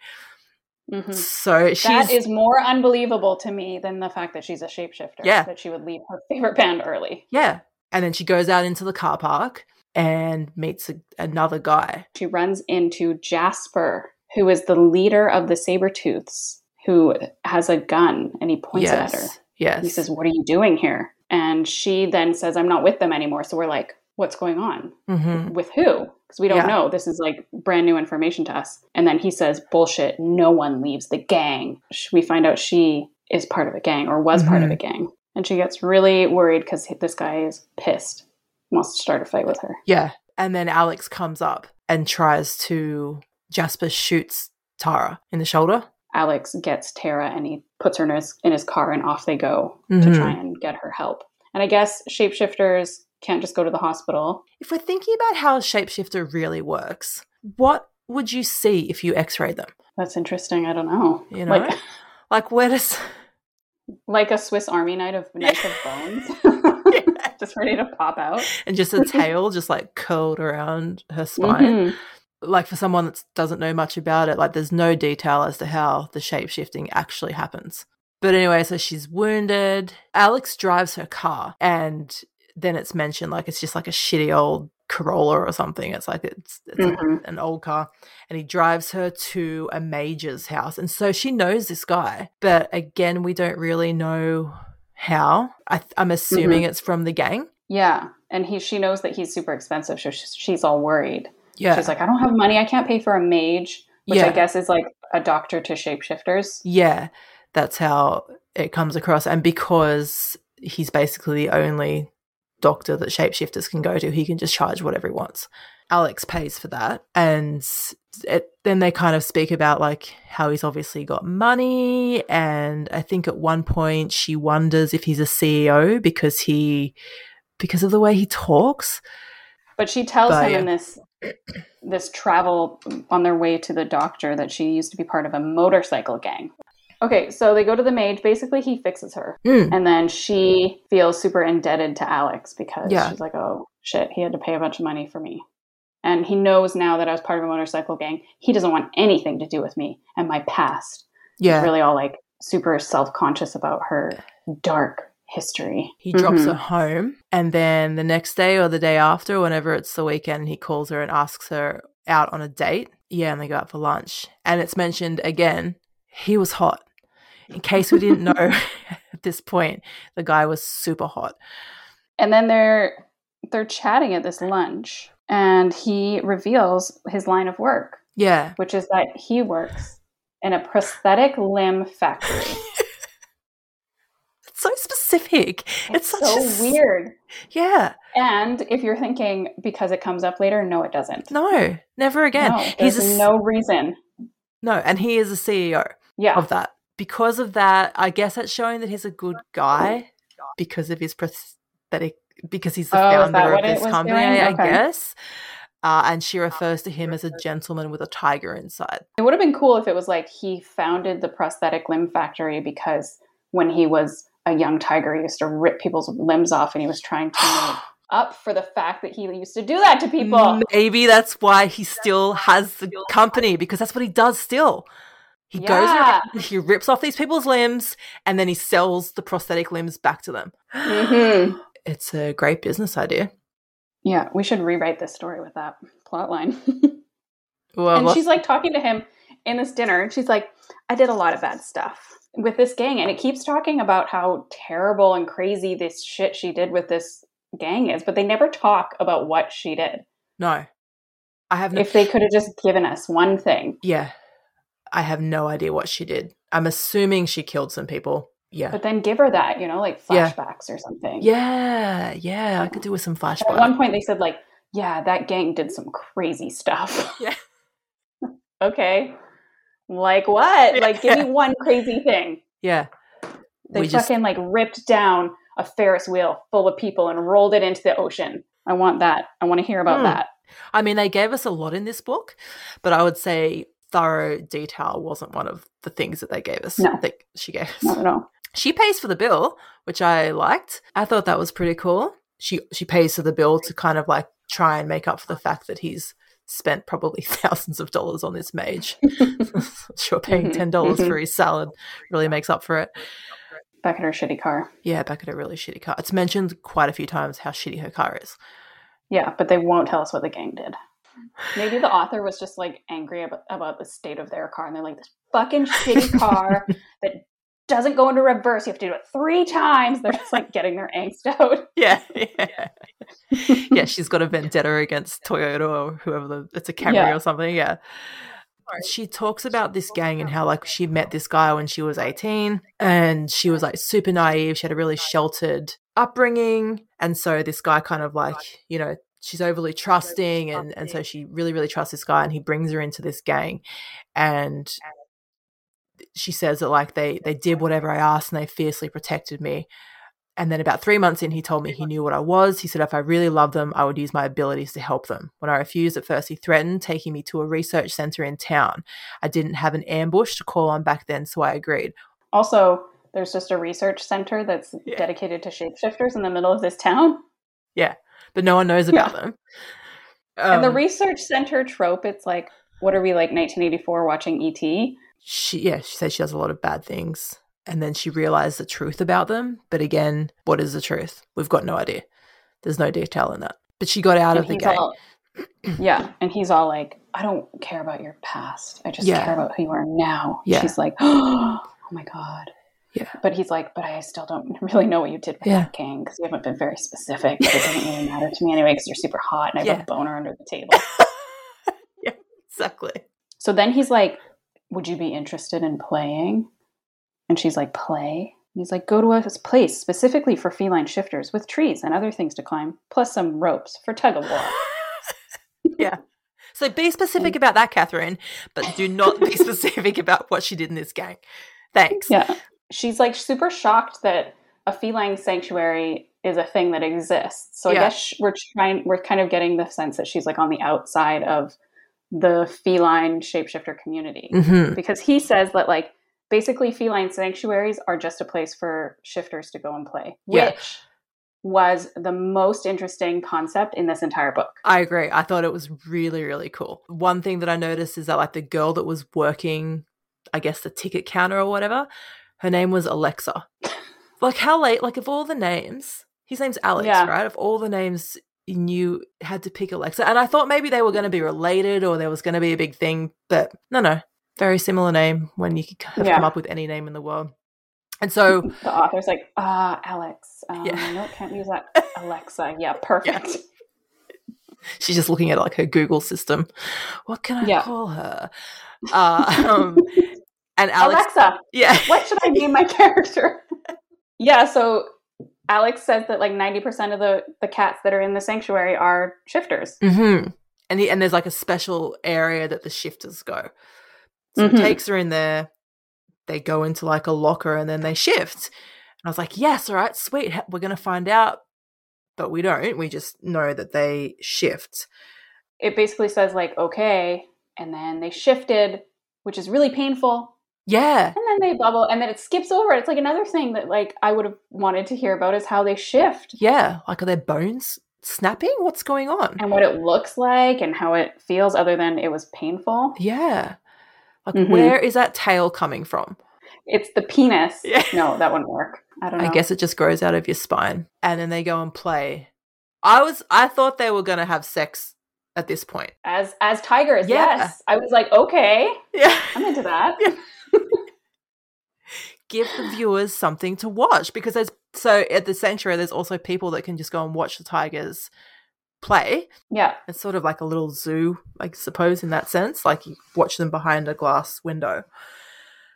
S1: Mhm.
S2: So she's
S1: That is more unbelievable to me than the fact that she's a shapeshifter.
S2: Yeah.
S1: That she would leave her favorite band early.
S2: yeah, and then she goes out into the car park and meets a, another guy.
S1: She runs into Jasper, who is the leader of the Sabertooths, who has a gun and he points
S2: yes,
S1: it at her.
S2: yes,
S1: He says, What are you doing here? And she then says, I'm not with them anymore. So we're like, what's going on
S2: Mm-hmm.
S1: with who because we don't
S2: Yeah.
S1: know this is like brand new information to us and then he says bullshit no one leaves the gang Sh- we find out she is part of a gang or was
S2: Mm-hmm.
S1: part of a gang and she gets really worried because this guy is pissed wants to start a fight with her
S2: Yeah. And then Alex comes up and tries to. Jasper shoots Tara in the shoulder.
S1: alex gets tara and he puts her in his, in his car and off they go
S2: Mhm.
S1: to try and get her help and i guess shapeshifters can't just go to the hospital
S2: If we're thinking about how a shapeshifter really works, what would you see if you x rayed them?
S1: that's interesting i don't know
S2: You know?
S1: like
S2: Like, where does.
S1: like a swiss army knife of knife of bones just ready to pop out
S2: and just a tail just like curled around her spine.
S1: Mhm.
S2: Like for someone that doesn't know much about it, like there's no detail as to how the shape shifting actually happens. But anyway, so she's wounded. Alex drives her car, and then it's mentioned like it's just like a shitty old Corolla or something. It's like it's, it's a
S1: Mhm.
S2: an old car and he drives her to a major's house and so she knows this guy but again we don't really know how I th- i'm assuming
S1: Mm-hmm.
S2: it's from the gang
S1: Yeah, and he she knows that he's super expensive, so she's, she's all worried.
S2: yeah
S1: She's like, I don't have money. I can't pay for a mage, which
S2: yeah
S1: I guess is like a doctor to shapeshifters.
S2: yeah that's how it comes across and because he's basically the only doctor that shapeshifters can go to he can just charge whatever he wants alex pays for that and it, then they kind of speak about like how he's obviously got money and i think at one point she wonders if he's a ceo because he because of the way he talks
S1: But she tells
S2: But,
S1: him
S2: yeah.
S1: in this this travel on their way to the doctor that she used to be part of a motorcycle gang. Okay, so they go to the mage. Basically, he fixes her,
S2: Mm.
S1: and then she feels super indebted to Alex because
S2: Yeah.
S1: she's like, "Oh shit, he had to pay a bunch of money for me." And he knows now that I was part of a motorcycle gang. He doesn't want anything to do with me and my past.
S2: yeah
S1: really all like super self conscious about her dark history.
S2: He drops
S1: Mhm.
S2: her home, and then the next day or the day after, whenever it's the weekend, he calls her and asks her out on a date. Yeah, and they go out for lunch. And it's mentioned again, he was hot. In case we didn't know at this point, the guy was super hot.
S1: And then they're they're chatting at this lunch, and he reveals his line of work,
S2: Yeah.
S1: which is that he works in a prosthetic limb factory.
S2: It's so specific. It's, such
S1: so
S2: a s-
S1: weird.
S2: Yeah.
S1: And if you're thinking because it comes up later, no, it doesn't.
S2: No, never again.
S1: No,
S2: He's
S1: there's
S2: a s-
S1: no reason.
S2: no, and he is a E CEO.
S1: Yeah,
S2: of that. Because of that, I guess it's showing that he's a good guy because of his prosthetic, because he's the
S1: Oh, is that
S2: founder of
S1: what it
S2: this
S1: was
S2: company,
S1: doing?
S2: I
S1: Okay.
S2: guess. Uh, and she refers to him as a gentleman with a tiger inside.
S1: It would have been cool if it was like he founded the prosthetic limb factory because when he was a young tiger, he used to rip people's limbs off and he was trying to make up for the fact that he used to do that to people.
S2: Maybe that's why he still has the company because that's what he does still. He goes
S1: Yeah.
S2: around, he rips off these people's limbs, and then he sells the prosthetic limbs back to them.
S1: Mhm.
S2: It's a great business idea.
S1: Yeah, we should rewrite this story with that plot line.
S2: Well,
S1: and
S2: lots-
S1: she's like talking to him in this dinner and she's like, I did a lot of bad stuff with this gang. And it keeps talking about how terrible and crazy this shit she did with this gang is, but they never talk about what she did.
S2: no, I have no
S1: if they could have just given us one thing.
S2: Yeah. I have no idea what she did. I'm assuming she killed some people. Yeah.
S1: But then give her that, you know, like
S2: Yeah.
S1: flashbacks or something.
S2: Yeah. Yeah. I could do with some
S1: At one
S2: flashback.
S1: point they said like, yeah, that gang did some crazy stuff.
S2: Yeah.
S1: okay. Like what? Like give me
S2: Yeah.
S1: one crazy thing.
S2: Yeah.
S1: They
S2: We just
S1: fucking like ripped down a Ferris wheel full of people and rolled it into the ocean. I want that. I want to hear about
S2: Hmm.
S1: that.
S2: I mean they gave us a lot in this book, but I would say thorough detail wasn't one of the things that they gave us.
S1: No.
S2: That she gave us.
S1: No, no.
S2: She pays for the bill, which I liked. I thought that was pretty cool. She she pays for the bill to kind of like try and make up for the fact that he's spent probably thousands of dollars on this mage. sure, paying
S1: Mhm,
S2: ten dollars
S1: mhm.
S2: for his salad really makes up for it.
S1: Back at her shitty car.
S2: Yeah, back at a really shitty car. It's mentioned quite a few times how shitty her car is.
S1: Yeah, but they won't tell us what the gang did. Maybe the author was just like angry ab- about the state of their car and they're like, this fucking shitty car that doesn't go into reverse. You have to do it three times. They're just like getting their angst out.
S2: Yeah, yeah, yeah. She's got a vendetta against Toyota or whoever. The, it's a Camry
S1: Yeah.
S2: or something. Yeah. She talks about this gang and how like she met this guy when she was eighteen, and she was like super naive. She had a really sheltered upbringing, and so this guy kind of like you know she's overly trusting, and and so she really really trusts this guy, and he brings her into this gang, and she says that like they they did whatever I asked and they fiercely protected me. And then about three months in, he told me he knew what I was. He said if I really loved them, I would use my abilities to help them. When I refused at first, he threatened taking me to a research center in town. I didn't have an ambush to call on back then, so I agreed.
S1: Also, there's just a research center that's
S2: Yeah.
S1: dedicated to shapeshifters in the middle of this town.
S2: But no one knows about them.
S1: and the
S2: Um,
S1: research center trope, it's like, what are we like 1984 watching E ET?
S2: she yeah she said she does a lot of bad things, and then she realized the truth about them. But again, what is the truth? We've got no idea. There's no detail in that. But she got out
S1: And
S2: of the
S1: he's
S2: game.
S1: all- yeah. And he's all like, I don't care about your past. I just
S2: Yeah.
S1: care about who you are now.
S2: Yeah.
S1: She's like, oh my God.
S2: Yeah.
S1: But he's like, but I still don't really know what you did with
S2: Yeah.
S1: that gang because you haven't been very specific. But it doesn't really matter to me anyway because you're super hot and I have
S2: Yeah.
S1: a boner under the table.
S2: Exactly.
S1: So then he's like, Would you be interested in playing? And she's like, Play? And he's like, Go to a place specifically for feline shifters with trees and other things to climb, plus some ropes for tug of war.
S2: So be specific about that, Catherine, but do not be specific about what she did in this gang. Thanks.
S1: Yeah. She's like super shocked that a feline sanctuary is a thing that exists. So I
S2: Yeah.
S1: guess sh- we're trying, we're kind of getting the sense that she's like on the outside of the feline shapeshifter community.
S2: Mm-hmm.
S1: Because he says that like basically feline sanctuaries are just a place for shifters to go and play, which
S2: Yeah.
S1: was the most interesting concept in this entire book.
S2: I agree. I thought it was really, really cool. One thing that I noticed is that, like, the girl that was working, I guess, the ticket counter or whatever, her name was Alexa. like, how late, like, of all the names, his name's Alex,
S1: Yeah.
S2: right? Of all the names, you knew had to pick Alexa. And I thought maybe they were going to be related or there was going to be a big thing, but no, no. Very similar name when you could have
S1: Yeah.
S2: come up with any name in the world. And so
S1: The author's like, ah, Alex. Um,
S2: Yeah.
S1: No, can't use that. Alexa. Yeah, perfect.
S2: she's just looking at like her Google system. What can I
S1: Yeah.
S2: call her? Uh, um, and Alex,
S1: Alexa,
S2: yeah,
S1: Oh, what should I name my character? yeah, so Alex says that like 90% of the, the cats that are in the sanctuary are shifters.
S2: hmm and he, and there's like a special area that the shifters go. So
S1: Mhm.
S2: he takes her in there. They go into like a locker and then they shift. And I was like, yes, all right, sweet. he- We're gonna find out, but we don't. We just know that they shift.
S1: It basically says like, okay, and then they shifted, which is really painful.
S2: Yeah,
S1: And then they bubble, and then it skips over. It's like another thing that like I would have wanted to hear about is how they shift
S2: yeah. Like, are their bones snapping? What's going on?
S1: and what it looks like and how it feels, other than it was painful.
S2: Yeah. Like,
S1: Mhm.
S2: where is that tail coming from?
S1: It's the penis.
S2: Yeah.
S1: No, that wouldn't work. I don't know.
S2: I guess it just grows out of your spine. And then they go and play. I was I thought they were gonna have sex at this point.
S1: as as tigers.
S2: Yeah.
S1: Yes, I was like, okay,
S2: Yeah.
S1: I'm into that.
S2: Give the viewers something to watch because there's so at the sanctuary there's also people that can just go and watch the tigers play.
S1: Yeah,
S2: It's sort of like a little zoo, I suppose, in that sense. Like you watch them behind a glass window.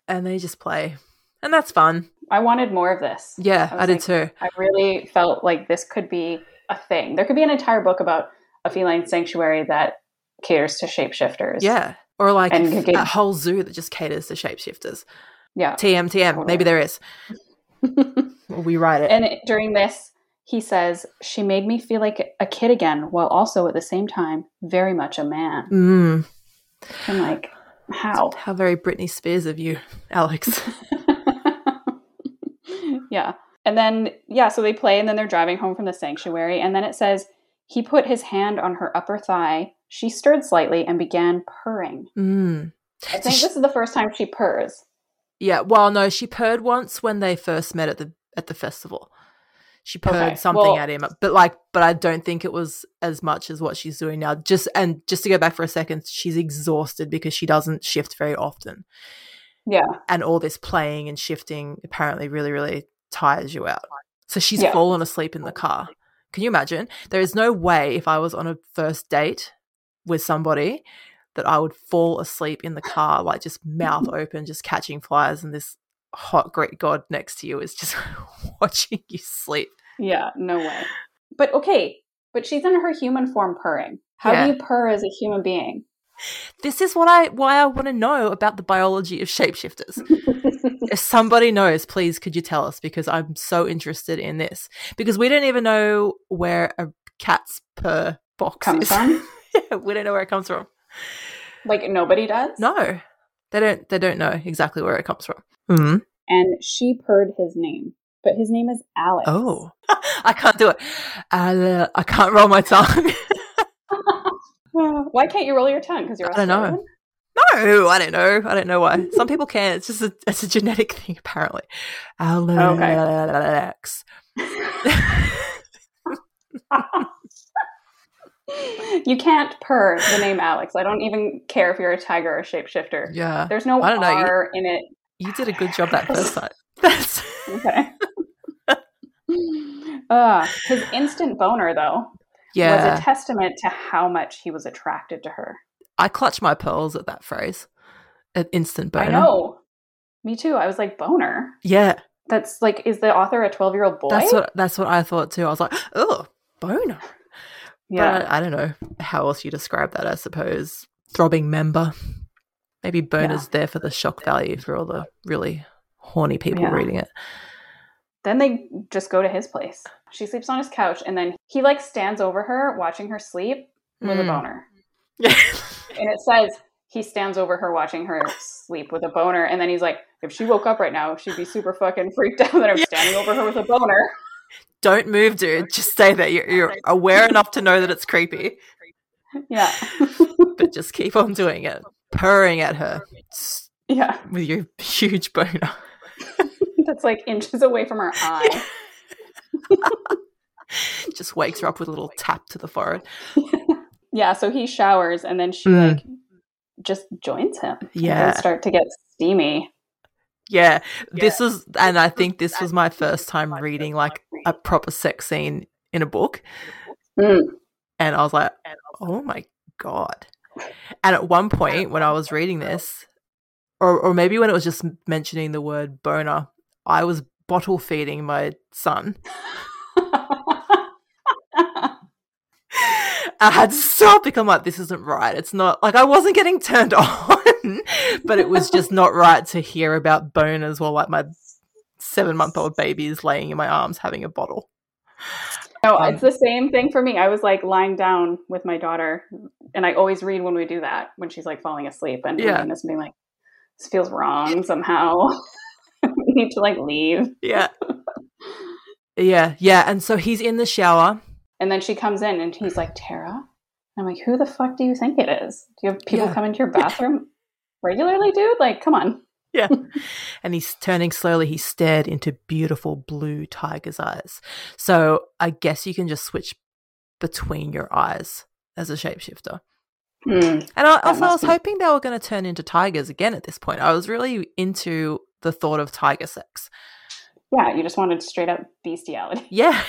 S2: And they just play. And that's fun.
S1: I wanted more of this.
S2: Yeah,
S1: I
S2: I,
S1: was
S2: did
S1: like-
S2: too.
S1: I really felt like this could be a thing. There could be an entire book about a feline sanctuary that caters to shapeshifters.
S2: Yeah. Or like
S1: And
S2: f-
S1: gig-
S2: a whole zoo that just caters to shapeshifters.
S1: yeah.
S2: TM, TM.
S1: Totally.
S2: Maybe there is. Well, we write it.
S1: And it- during this, he says, She made me feel like a kid again, while also at the same time, very much a man.
S2: Mm.
S1: I'm like, How?
S2: How very Britney Spears of you, Alex.
S1: yeah. And then, yeah, so they play and then they're driving home from the sanctuary. And then it says, He put his hand on her upper thigh. She stirred slightly and began purring.
S2: Mm.
S1: I think this is the first time she purrs.
S2: Yeah. Well, no, she purred once when they first met at the at the festival. She purred
S1: Okay,
S2: something
S1: well-
S2: at him, but like, but I don't think it was as much as what she's doing now. Just and just to go back for a second, she's exhausted because she doesn't shift very often.
S1: Yeah.
S2: And all this playing and shifting apparently really, really tires you out. So she's
S1: Yeah.
S2: fallen asleep in the car. Can you imagine? There is no way if I was on a first date with somebody that I would fall asleep in the car, like just mouth open, just catching flies, and this hot Greek god next to you is just watching you sleep.
S1: Yeah, no way. But okay, but she's in her human form purring. How
S2: Yeah.
S1: do you purr as a human being?
S2: This is what I why I want to know about the biology of shapeshifters. if somebody knows, please could you tell us? Because I'm so interested in this. Because we don't even know where a cat's purr box
S1: Comes
S2: is.
S1: from?
S2: Yeah, we don't know where it comes from.
S1: Like nobody does?
S2: No, they don't. They don't know exactly where it comes from. Mm.
S1: And she purred his name. But his name is Alex.
S2: Oh, I can't do it. Uh, I can't roll my tongue.
S1: Why can't you roll your tongue? Because you're
S2: I don't know.
S1: Australian?
S2: no, I don't know. I don't know why. Some people can. It's just a, it's a genetic thing, apparently. uh, Alex.
S1: you can't purr the name Alex. I don't even care if you're a tiger or a shapeshifter.
S2: Yeah,
S1: There's no
S2: I don't know, you-
S1: R in it.
S2: you did a good job that first time. That's
S1: Okay. Ugh, his instant boner, though,
S2: yeah.
S1: was a testament to how much he was attracted to her.
S2: I clutch my pearls at that phrase. An instant boner.
S1: I know. Me too. I was like, boner?
S2: Yeah,
S1: That's like, is the author a 12 year old boy?
S2: that's what that's what I thought too. I was like, oh, boner.
S1: yeah.
S2: But I, I don't know how else you describe that, I suppose. Throbbing member. Maybe bonus there for the shock value for all the really horny people
S1: Yeah.
S2: reading it.
S1: Then they just go to his place. She sleeps on his couch, and then he like stands over her, watching her sleep with a
S2: Mm.
S1: boner.
S2: Yeah.
S1: And it says he stands over her, watching her sleep with a boner. And then he's like, if she woke up right now, she'd be super fucking freaked out that I'm
S2: Yeah.
S1: standing over her with a boner.
S2: Don't move, dude. Just stay there. You're, you're aware enough to know that it's creepy,
S1: Yeah.
S2: but just keep on doing it. Purring at her s-
S1: Yeah.
S2: with your huge boner.
S1: That's like inches away from her eye.
S2: Just wakes her up with a little tap to the forehead.
S1: Yeah. So he showers and then she
S2: Mm.
S1: like just joins him.
S2: Yeah.
S1: And they start to get steamy.
S2: Yeah, this is, and I think this was my first time reading like a proper sex scene in a book.
S1: Mm.
S2: And I was like, oh my God. And at one point when I was reading this, or, or maybe when it was just mentioning the word boner, I was bottle feeding my son. I had to stop because I'm like, this isn't right. It's not like I wasn't getting turned on, but it was just not right to hear about boners while like my seven month old baby is laying in my arms having a bottle.
S1: No,
S2: Um,
S1: it's the same thing for me. I was like lying down with my daughter, and I always read when we do that when she's like falling asleep and
S2: Yeah.
S1: reading this and being like, "This feels wrong somehow. we need to like leave."
S2: Yeah. Yeah, yeah. And so he's in the shower.
S1: And then she comes in and he's like, "Tara," and I'm like, "Who the fuck do you think it is? Do you have people
S2: Yeah.
S1: come into your bathroom regularly, dude? Like, come on."
S2: Yeah. and he's turning slowly. He stared into beautiful blue tiger's eyes. So I guess you can just switch between your eyes as a shapeshifter. And I, also, I
S1: must
S2: was
S1: be-
S2: hoping they were going to turn into tigers again at this point. I was really into the thought of tiger sex.
S1: Yeah, you just wanted straight up bestiality.
S2: Yeah.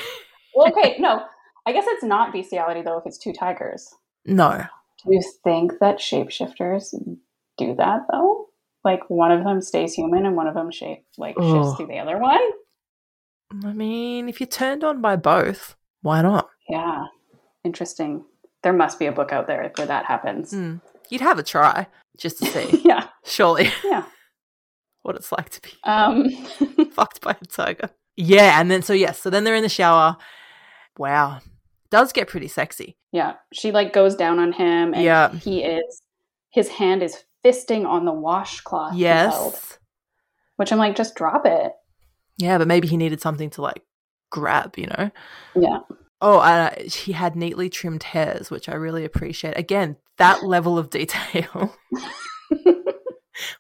S1: Well, okay, no, I guess it's not bestiality though if it's two tigers.
S2: No.
S1: Do you think that shapeshifters do that though? Like one of them stays human and one of them shape like
S2: Oh.
S1: shifts to the other one?
S2: I mean, if you're turned on by both, why not?
S1: Yeah. Interesting. There must be a book out there where that happens.
S2: Hmm. You'd have a try just to see,
S1: yeah.
S2: surely,
S1: Yeah.
S2: what it's like to be
S1: Um
S2: fucked by a tiger. Yeah. And then, so, yes. So then they're in the shower. Wow. Does get pretty sexy.
S1: yeah, she like goes down on him and
S2: Yeah.
S1: he is his hand is fisting on the washcloth. he held,
S2: Yes.
S1: which I'm like just drop it.
S2: Yeah, but maybe he needed something to like grab, you know?
S1: Yeah.
S2: Oh, uh, he had neatly trimmed hairs, which I really appreciate. Again, that level of detail.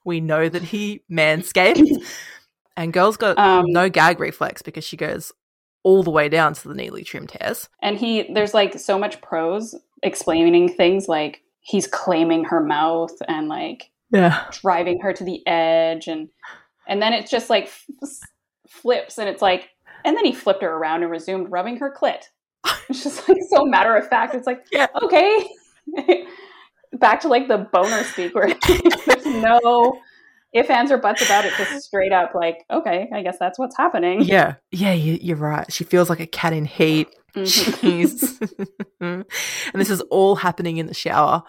S2: we know that he manscaped, and girls got
S1: Um,
S2: no gag reflex because she goes all the way down to the neatly trimmed hairs.
S1: And he, there's like so much prose explaining things like he's claiming her mouth and like
S2: Yeah.
S1: driving her to the edge and and then it's just like f- flips and it's like and then he flipped her around and resumed rubbing her clit it's just like so matter of fact it's like
S2: Yeah.
S1: okay back to like the boner speak where there's no if ands or buts about it just straight up like okay i guess that's what's happening
S2: Yeah. Yeah, you, you're right. She feels like a cat in heat.
S1: Mhm.
S2: Jeez. and this is all happening in the shower.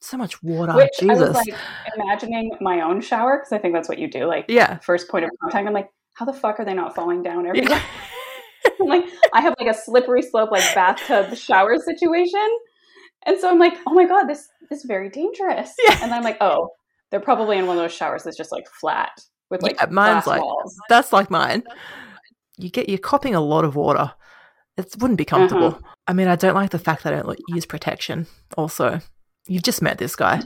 S2: So much water.
S1: which i
S2: Oh, Jesus.
S1: was like imagining my own shower because i think that's what you do like
S2: yeah.
S1: first point of contact i'm like how the fuck are they not falling down every
S2: Yeah.
S1: I'm like, I have like a slippery slope, like bathtub shower situation. And so I'm like, oh my God, this this is very dangerous.
S2: Yeah.
S1: And then I'm like, oh, they're probably in one of those showers that's just like flat with like
S2: Yeah, mine's
S1: glass
S2: like-
S1: walls.
S2: That's like mine. You get you're copping a lot of water. It wouldn't be comfortable.
S1: Mm-hmm.
S2: I mean, I don't like the fact that I don't like, use protection. Also, you've just met this guy,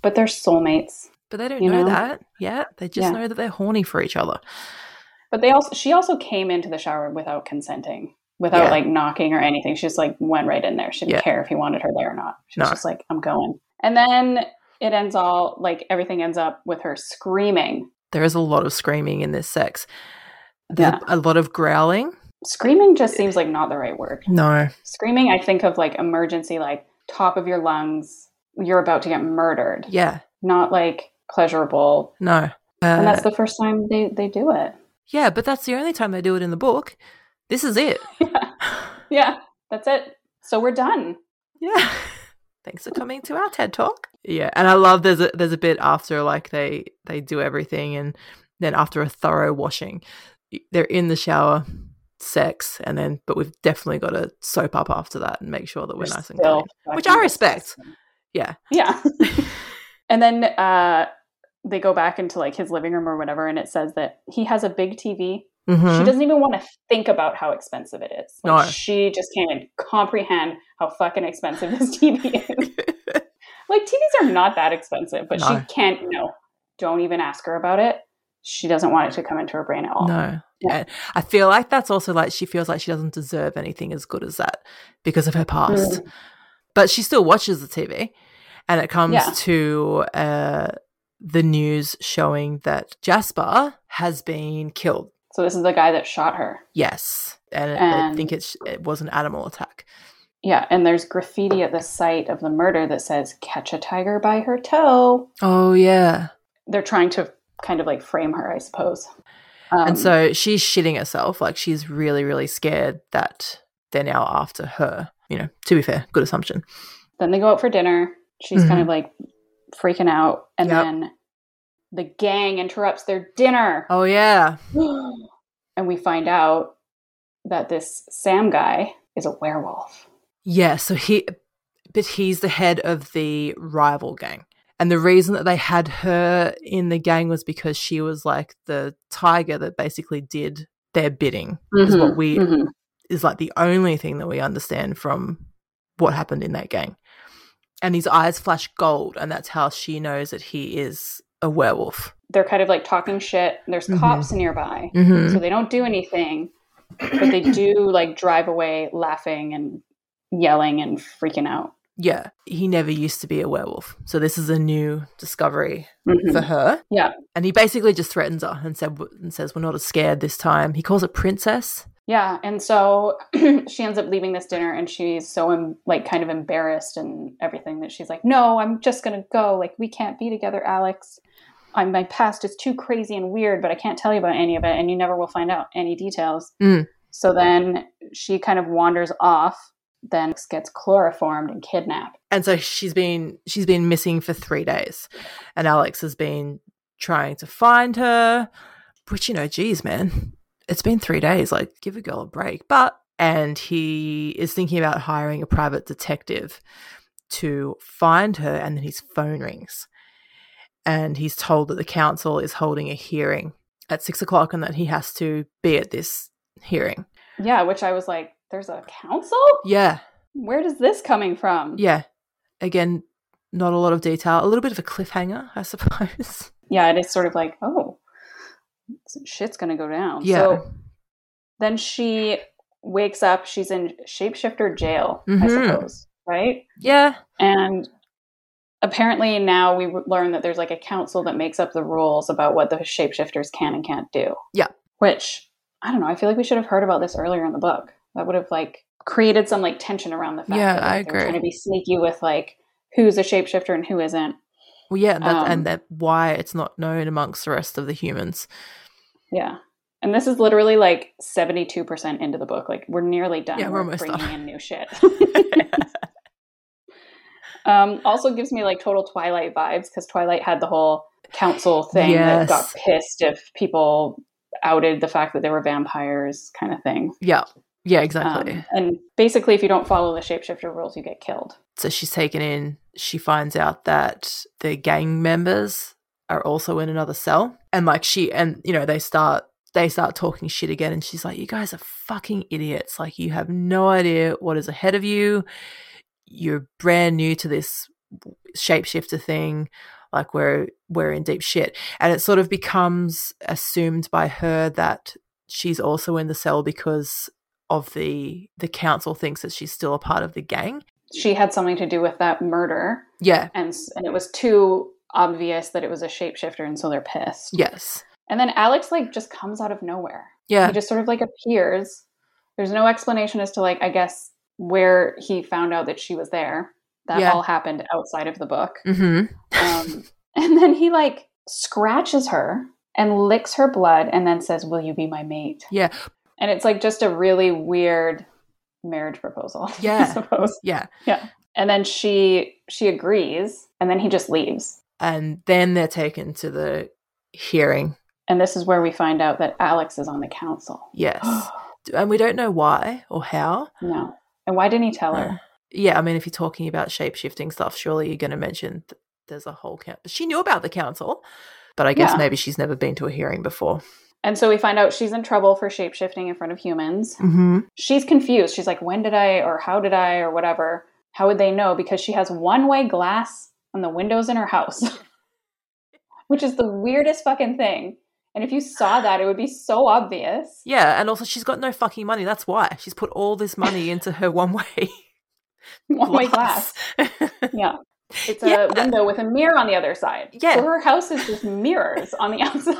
S1: But they're soulmates.
S2: but they don't
S1: You
S2: know,
S1: know?
S2: that yet. They just
S1: Yeah.
S2: know that they're horny for each other.
S1: But they also she also came into the shower without consenting, without
S2: Yeah.
S1: like knocking or anything. She just like went right in there. She didn't
S2: Yeah.
S1: care if he wanted her there or not. She was
S2: No.
S1: just like, I'm going. And then it ends all like everything ends up with her screaming.
S2: There is a lot of screaming in this sex. There's
S1: Yeah.
S2: a lot of growling.
S1: Screaming just seems like not the right word.
S2: No.
S1: Screaming, I think of like emergency, like top of your lungs, you're about to get murdered,
S2: Yeah.
S1: not like pleasurable.
S2: No.
S1: and
S2: Uh,
S1: that's the first time they, they do it.
S2: yeah, but that's the only time they do it in the book. This is it.
S1: Yeah, that's it. So we're done.
S2: Yeah. Thanks for coming to our TED Talk. Yeah, and I love there's a there's a bit after like they they do everything and then after a thorough washing, they're in the shower, sex, and then but we've definitely got to soap up after that and make sure that we're
S1: We're
S2: nice and
S1: still
S2: clean. Which
S1: fucking
S2: I respect.
S1: disgusting.
S2: Yeah.
S1: Yeah. and then uh, they go back into like his living room or whatever, and it says that he has a big TV. She
S2: Mhm.
S1: doesn't even want to think about how expensive it is. Like,
S2: No.
S1: She just can't comprehend how fucking expensive this TV is. like TVs are not that expensive, but
S2: No.
S1: she can't. No, don't even ask her about it. She doesn't want it to come into her brain at all.
S2: No.
S1: Yeah.
S2: And I feel like that's also like she feels like she doesn't deserve anything as good as that because of her past. But she still watches the TV. And it comes
S1: Yeah.
S2: to uh, the news showing that Jasper has been killed.
S1: So this is the guy that shot her.
S2: Yes. And, I
S1: And-
S2: think it's, it was an animal attack.
S1: Yeah, and there's graffiti at the site of the murder that says "Catch a tiger by her toe."
S2: Oh, yeah.
S1: They're trying to kind of like frame her, I suppose. Um,
S2: and so she's shitting herself. Like she's really, really scared that they're now after her. You know, to be fair, good assumption.
S1: then they go out for dinner. She's kind of like freaking out, and
S2: Yep.
S1: then the gang interrupts their dinner.
S2: Oh, yeah.
S1: and we find out that this Sam guy is a werewolf.
S2: Yeah, so he but he's the head of the rival gang. And the reason that they had her in the gang was because she was like the tiger that basically did their bidding. Is
S1: Mm-hmm.
S2: what we is like the only thing that we understand from what happened in that gang. And his eyes flash gold and that's how she knows that he is a werewolf.
S1: They're kind of like talking shit. There's
S2: Mhm.
S1: cops nearby,
S2: Mhm.
S1: so they don't do anything, but they do like drive away laughing and yelling and freaking out.
S2: Yeah, he never used to be a werewolf. So this is a new discovery for
S1: Mhm.
S2: her.
S1: Yeah.
S2: And he basically just threatens her and said and says we're not as scared this time. He calls it princess.
S1: Yeah, and so she ends up leaving this dinner, and she's so em- like kind of embarrassed and everything that she's like, "No, I'm just gonna go. Like, we can't be together, Alex. I'm, my past is too crazy and weird, but I can't tell you about any of it, and you never will find out any details."
S2: Mm.
S1: So then she kind of wanders off. Then gets chloroformed and kidnapped.
S2: And so she's been she's been missing for 3 days. And Alex has been trying to find her, which you know, geez, man. It's been 3 days, like give a girl a break. But and he is thinking about hiring a private detective to find her and then his phone rings. And he's told that the council is holding a hearing at six o'clock and that he has to be at this hearing.
S1: Yeah, which I was like, "There's a council?
S2: Yeah,
S1: Where does this coming from?"
S2: yeah. Again, not a lot of detail. A little bit of a cliffhanger, I suppose.
S1: yeah, it is sort of like, oh, shit's gonna go down.
S2: Yeah.
S1: So then she wakes up.
S2: Mm-hmm.
S1: She's in shapeshifter jail, I
S2: Mhm.
S1: suppose, right?
S2: Yeah,
S1: And apparently now we learn that there's like a council that makes up the rules about what the shapeshifters can and can't do.
S2: Yeah.
S1: Which I don't know. I feel like we should have heard about this earlier in the book. That would have like created some like tension around the fact
S2: Yeah,
S1: that like,
S2: I
S1: they were
S2: agree.
S1: trying to be sneaky with like who's a shapeshifter and who isn't.
S2: Well, yeah, that,
S1: Um,
S2: and that why it's not known amongst the rest of the humans.
S1: Yeah. And this is literally like 72% into the book. Like we're nearly done.
S2: Yeah, we're almost
S1: bringing
S2: done.
S1: in new shit. um, also gives me like total Twilight vibes because Twilight had the whole council thing that got
S2: Yes.
S1: pissed if people outed the fact that they were vampires kind of thing.
S2: Yeah, yeah,
S1: Um,
S2: exactly.
S1: and basically, if you don't follow the shapeshifter rules, you get killed.
S2: so she's taken in. She finds out that the gang members are also in another cell, and like she and you know they start they start talking shit again, and she's like, "You guys are fucking idiots! Like you have no idea what is ahead of you. You're brand new to this shapeshifter thing." Like we're we're in deep shit, and it sort of becomes assumed by her that she's also in the cell because of the the council thinks that she's still a part of the gang.
S1: She had something to do with that murder,
S2: Yeah,
S1: and s- and it was too obvious that it was a shapeshifter, and so they're pissed.
S2: Yes.
S1: And then Alex like just comes out of nowhere.
S2: Yeah.
S1: He just sort of like appears. There's no explanation as to like I guess where he found out that she was there. That
S2: Yeah.
S1: all happened outside of the book.
S2: hmm
S1: Um, and then he like scratches her and licks her blood, and then says, "Will you be my mate?"
S2: Yeah.
S1: And it's like just a really weird marriage proposal. I
S2: Yeah.
S1: suppose.
S2: Yeah.
S1: And then she she agrees, and then he just leaves.
S2: And then they're taken to the hearing.
S1: And this is where we find out that Alex is on the council.
S2: Yes. and we don't know why or how. Uh,
S1: No. And why didn't he tell her?
S2: Yeah. I mean, if you're talking about shape shifting stuff, surely you're going to mention th- there's a whole council. She knew about the council, but I guess
S1: Yeah.
S2: maybe she's never been to a hearing before.
S1: And so we find out she's in trouble for shapeshifting in front of humans.
S2: Mm-hmm.
S1: She's confused. She's like, when did I, or how did I, or whatever? How would they know? Because she has one way glass on the windows in her house, which is the weirdest fucking thing. And if you saw that, it would be so obvious.
S2: Yeah. And also, she's got no fucking money. That's why she's put all this money into her one way
S1: One way glass. Yeah. It's a
S2: Yeah.
S1: window with a mirror on the other side.
S2: Yeah.
S1: So her house is just mirrors on the outside.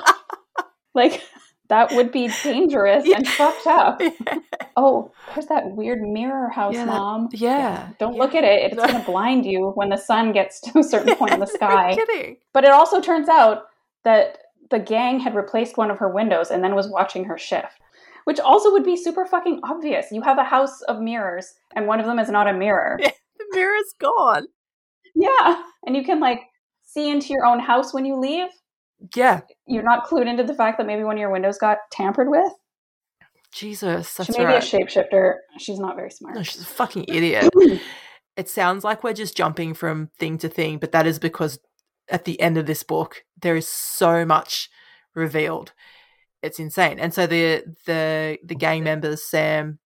S1: like, that would be dangerous and
S2: Yeah.
S1: fucked up.
S2: yeah.
S1: Oh, there's that weird mirror house,
S2: Yeah, that-
S1: mom.
S2: Yeah.
S1: Don't look at it. It's
S2: No.
S1: going to blind you when the sun gets to a certain point in the
S2: No
S1: sky.
S2: kidding.
S1: But it also turns out that the gang had replaced one of her windows and then was watching her shift, which also would be super fucking obvious. You have a house of mirrors and one of them is not a mirror.
S2: Yeah. The mirror's gone.
S1: yeah. And you can like see into your own house when you leave.
S2: Yeah.
S1: You're not clued into the fact that maybe one of your windows got tampered with.
S2: Jesus. That's
S1: she may
S2: right.
S1: be a shapeshifter. She's not very smart.
S2: No, she's a fucking idiot. it sounds like we're just jumping from thing to thing, but that is because at the end of this book, there is so much revealed. It's insane. And so the the the gang members, Sam,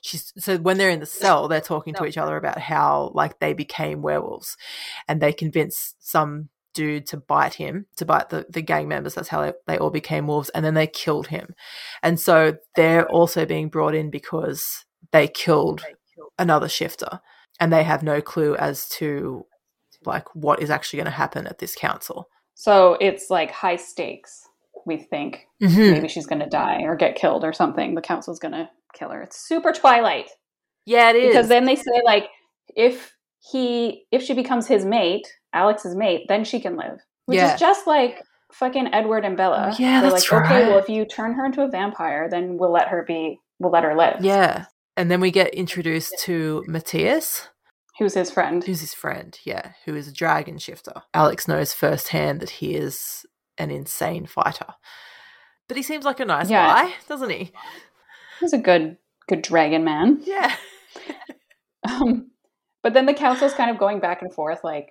S2: she's so when they're in the cell, they're talking to each other about how like they became werewolves and they convince some dude to bite him, to bite the, the gang members. That's how they, they all became wolves. And then they killed him. And so they're also being brought in because they killed another shifter and they have no clue as to like what is actually going to happen at this council.
S1: So it's like high stakes, we think.
S2: Mm-hmm.
S1: maybe she's going to die or get killed or something. The council's going to kill her. It's super Twilight
S2: Yeah, it is.
S1: because then they say like if he if she becomes his mate, Alex's mate, then she can live, which
S2: Yeah.
S1: is just like fucking Edward and Bella.
S2: Oh, yeah,
S1: They're
S2: that's
S1: like, Okay, well
S2: right.
S1: if you turn her into a vampire, then we'll let her be. We'll let her live.
S2: yeah. And then we get introduced to Matthias,
S1: who's his friend?
S2: who's his friend, yeah, who is a dragon shifter. Alex knows firsthand that he is an insane fighter. But he seems like a nice
S1: Yeah.
S2: guy, doesn't he?
S1: He's a good good dragon man.
S2: Yeah.
S1: Um, but then the council's kind of going back and forth, like,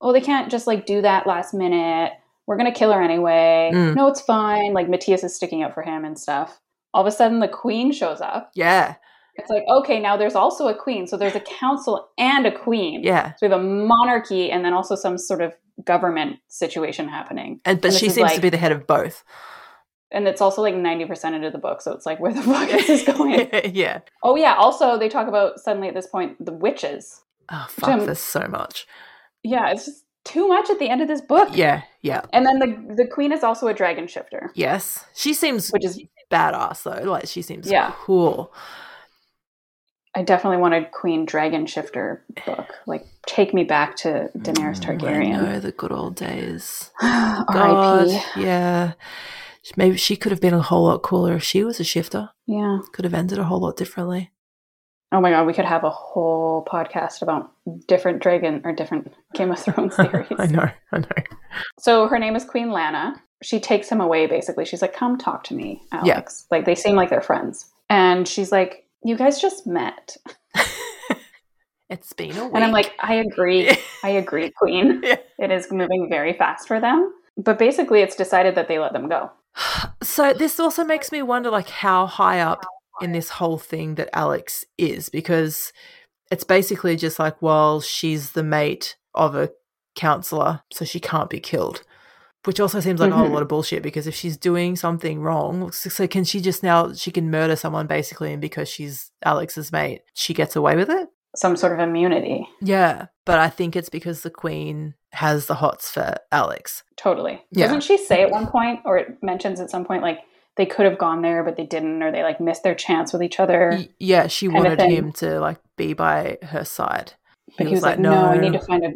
S1: oh, they can't just like do that last minute. We're gonna kill her anyway.
S2: Mm.
S1: No, it's fine. Like Matthias is sticking up for him and stuff. All of a sudden, the queen shows up.
S2: Yeah.
S1: It's like, okay, now there's also a queen. So there's a council and a queen.
S2: Yeah.
S1: So we have a monarchy and then also some sort of government situation happening.
S2: And but
S1: And this
S2: she
S1: is
S2: seems
S1: like-
S2: to be the head of both.
S1: And it's also like 90% into the book. So it's like, where the fuck is this going?
S2: yeah.
S1: oh, yeah. Also, they talk about suddenly at this point the witches.
S2: Oh
S1: I'm-
S2: fuck, there's so much.
S1: yeah, it's just too much at the end of this book.
S2: Yeah, yeah.
S1: And then the the queen is also a dragon shifter,
S2: Yes. She seems
S1: which is
S2: badass though. Like she seems
S1: Yeah.
S2: cool.
S1: I definitely want a queen dragon shifter book. Like take me back to Daenerys
S2: Mm, I
S1: Targaryen.
S2: know the good old days. God,
S1: R.I.P.
S2: yeah. Maybe she could have been a whole lot cooler if she was a shifter.
S1: Yeah.
S2: Could have ended a whole lot differently.
S1: Oh my god, we could have a whole podcast about different dragon or different Game of Thrones series.
S2: I know, I know.
S1: So her name is Queen Lana. She takes him away basically. She's like, "Come talk to me, Alex."
S2: Yeah.
S1: Like they seem like they're friends. And she's like, "You guys just met."
S2: It's been a week.
S1: And I'm like, "I agree. I agree, Queen.
S2: Yeah.
S1: It is moving very fast for them." But basically, it's decided that they let them go.
S2: so this also makes me wonder like how high up in this whole thing that Alex is because it's basically just like, well, she's the mate of a counselor, so she can't be killed. Which also seems like a whole
S1: Mhm.
S2: lot of bullshit because if she's doing something wrong, so- so can she just now she can murder someone basically, and because she's Alex's mate, she gets away with it?
S1: Some sort of immunity.
S2: Yeah, but I think it's because the queen has the hots for Alex.
S1: Totally.
S2: Yeah.
S1: Doesn't she say at one point, or it mentions at some point, like they could have gone there, but they didn't, or they like missed their chance with each other?
S2: Y- yeah, she
S1: kind of
S2: wanted
S1: thing.
S2: him to like be by her side.
S1: but he was like, no, I need to find a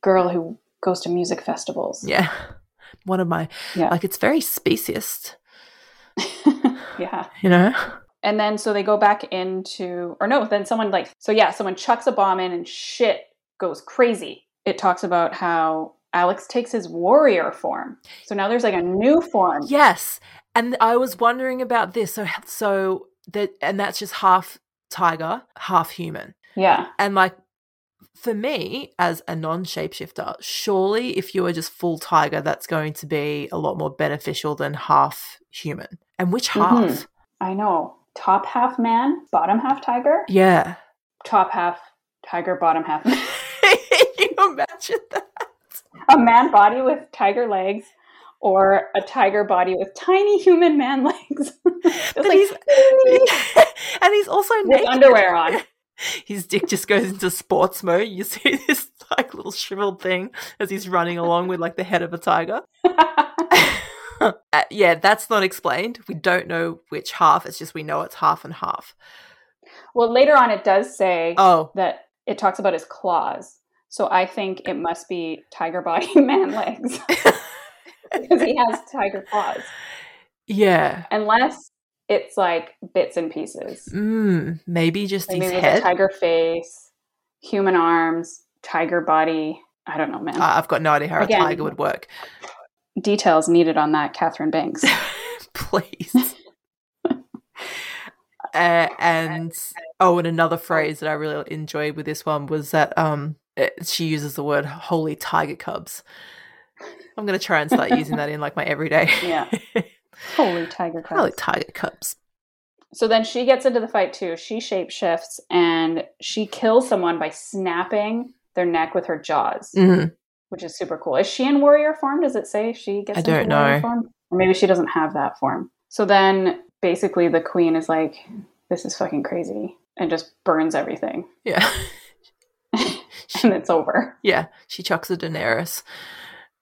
S1: girl who goes to music festivals.
S2: Yeah. One of my
S1: Yeah.
S2: like it's very speciest,
S1: yeah.
S2: you know?
S1: And then so they go back into, or no, then someone like, so yeah, someone chucks a bomb in and shit goes crazy. It talks about how Alex takes his warrior form. So now there's like a new form.
S2: Yes. And I was wondering about this. So so that and that's just half tiger, half human.
S1: Yeah.
S2: And like for me, as a non shapeshifter, surely if you are just full tiger, that's going to be a lot more beneficial than half human. And which half?
S1: Mhm. I know. Top half man, bottom half tiger,
S2: Yeah.
S1: top half tiger, bottom half man.
S2: Can you imagine that?
S1: a man body with tiger legs or a tiger body with tiny human man legs. Just
S2: But
S1: like
S2: he's- and he's also
S1: with
S2: naked.
S1: underwear on.
S2: his dick just goes into sports mode. You see this like little shriveled thing as he's running along with like the head of a tiger. Uh, yeah, that's not explained. We don't know which half. It's just we know it's half and half.
S1: well, later on, it does say
S2: Oh,
S1: that it talks about his claws. So I think it must be tiger body, man legs. because he has tiger claws.
S2: yeah.
S1: Unless it's like bits and pieces.
S2: Mm, maybe just
S1: Like
S2: his
S1: maybe
S2: head.
S1: a tiger face, human arms, tiger body. I don't know, man.
S2: I- I've got no idea how
S1: Again.
S2: a tiger would work.
S1: Details needed on that, Catherine Banks.
S2: Please. uh, and oh, and another phrase that I really enjoyed with this one was that um, it, she uses the word "holy tiger cubs." I'm gonna try and start using that in like my everyday.
S1: Yeah. Holy tiger claws.
S2: holy tiger cubs.
S1: So then she gets into the fight too. She shapeshifts and she kills someone by snapping their neck with her jaws,
S2: Mm,
S1: which is super cool. Is she in warrior form? Does it say she gets
S2: I
S1: into
S2: don't
S1: warrior
S2: know.
S1: form? Or maybe she doesn't have that form. So then basically the queen is like, This is fucking crazy and just burns everything.
S2: yeah,
S1: And it's over.
S2: yeah. She chucks a Daenerys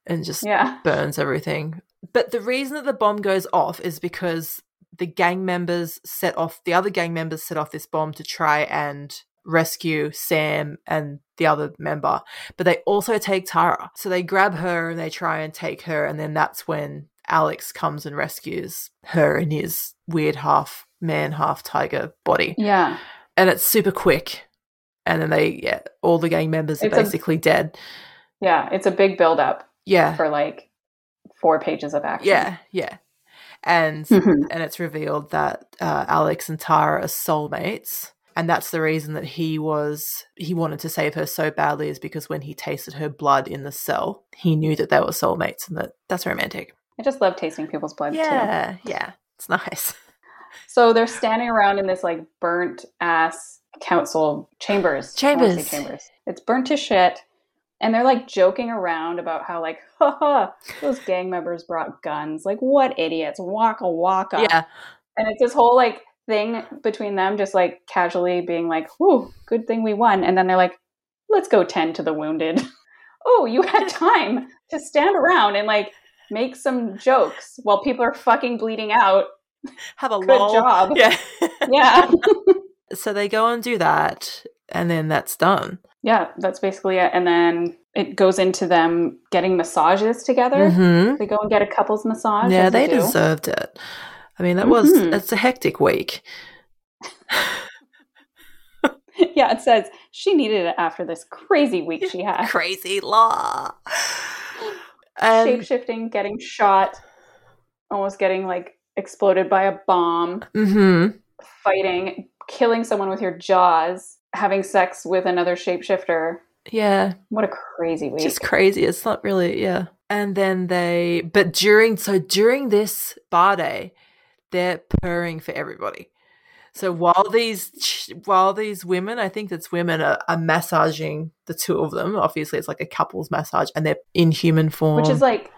S2: and just
S1: Yeah.
S2: burns everything. But the reason that the bomb goes off is because the gang members set off the other gang members set off this bomb to try and rescue Sam and the other member. But they also take Tara. So they grab her and they try and take her and then that's when Alex comes and rescues her in his weird half man, half tiger body.
S1: Yeah.
S2: And it's super quick. And then they yeah, all the gang members are
S1: It's a-
S2: basically dead.
S1: Yeah. It's a big build up
S2: Yeah.
S1: for like four pages of action.
S2: Yeah. Yeah. And
S1: Mhm.
S2: and it's revealed that uh, Alex and Tara are soulmates, and that's the reason that he was he wanted to save her so badly is because when he tasted her blood in the cell, he knew that they were soulmates, and that that's romantic.
S1: I just love tasting people's blood too.
S2: Yeah, yeah, it's nice.
S1: So they're standing around in this like burnt ass council chambers. I wanna say
S2: Chambers.
S1: chambers. It's burnt to shit. And they're like joking around about how like, ha ha, those gang members brought guns. Like what idiots. Waka waka.
S2: Yeah,
S1: And it's this whole like thing between them just like casually being like, Whew, good thing we won. And then they're like, Let's go tend to the wounded. oh, you had time to stand around and like make some jokes while people are fucking bleeding out.
S2: Have a
S1: Good
S2: lol.
S1: job.
S2: Yeah.
S1: Yeah.
S2: so they go and do that, and then that's done.
S1: yeah, that's basically it. And then it goes into them getting massages together.
S2: hmm
S1: They go and get a couple's massage.
S2: Yeah,
S1: as
S2: they
S1: do.
S2: deserved it. I mean, that was
S1: Mhm.
S2: it's a hectic week.
S1: yeah, it says she needed it after this crazy week she had.
S2: Crazy law. And
S1: Shape shifting, getting shot, almost getting like exploded by a bomb,
S2: mhm.
S1: fighting, killing someone with your jaws, having sex with another shapeshifter.
S2: yeah,
S1: What a crazy week.
S2: just crazy. It's not really, yeah. And then they, but during, so during this bar day, they're purring for everybody. So while these, ch- while these women, I think that's women, are, are massaging the two of them. Obviously, it's like a couple's massage, and they're in human form,
S1: which is like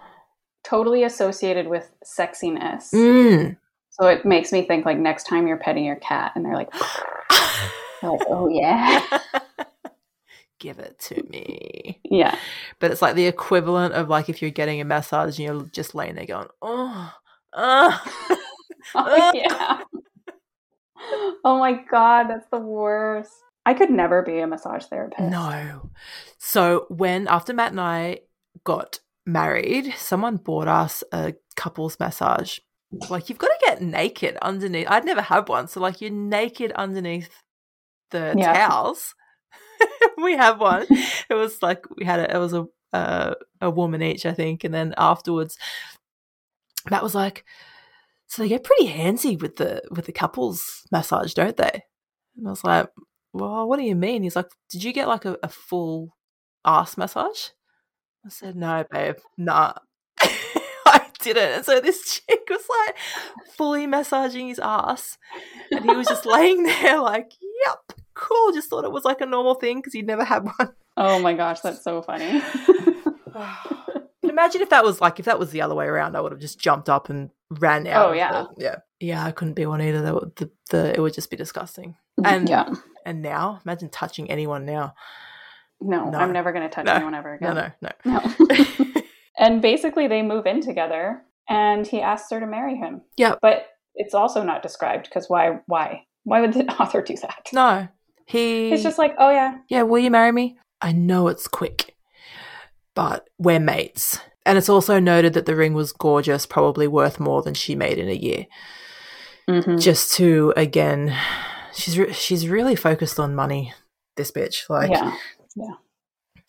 S1: totally associated with sexiness.
S2: Mm.
S1: So it makes me think like next time you're petting your cat and they're like, they're like, oh yeah,
S2: give it to me.
S1: yeah,
S2: But it's like the equivalent of like if you're getting a massage and you're just laying there going, oh, oh.
S1: oh yeah. Oh my god, that's the worst. I could never be a massage therapist.
S2: No. So when after Matt and I got married, someone bought us a couples massage. Like you've got to get naked underneath. I'd never had one, so like you're naked underneath the
S1: Yeah.
S2: towels. we have one. It was like we had a, it was a uh, a woman each, I think, and then afterwards, Matt was like, "So they get pretty handsy with the with the couples massage, don't they?" And I was like, well, what do you mean? He's like, did you get like a, a full ass massage? I said, no, babe, nah. I didn't. And so this chick was like fully massaging his ass. And he was just laying there like, yep, cool. Just thought it was like a normal thing because he'd never had one.
S1: Oh my gosh, that's so funny.
S2: But Imagine if that was like, if that was the other way around, I would have just jumped up and ran out.
S1: Oh,
S2: of
S1: yeah.
S2: the- yeah. Yeah, I couldn't be one either. That would, the, the, it would just be disgusting. And,
S1: yeah,
S2: and now, imagine touching anyone now.
S1: no,
S2: No.
S1: I'm never going to touch
S2: No.
S1: anyone ever again.
S2: No, no,
S1: no.
S2: no.
S1: And basically, they move in together, and he asks her to marry him.
S2: Yep.
S1: but it's also not described because why? Why? Why would the author do that?
S2: No. He
S1: It's just like, oh yeah,
S2: Yeah, will you marry me? I know it's quick, but we're mates. And it's also noted that the ring was gorgeous, probably worth more than she made in a year. Just to again, she's re- she's really focused on money. This bitch, like,
S1: yeah.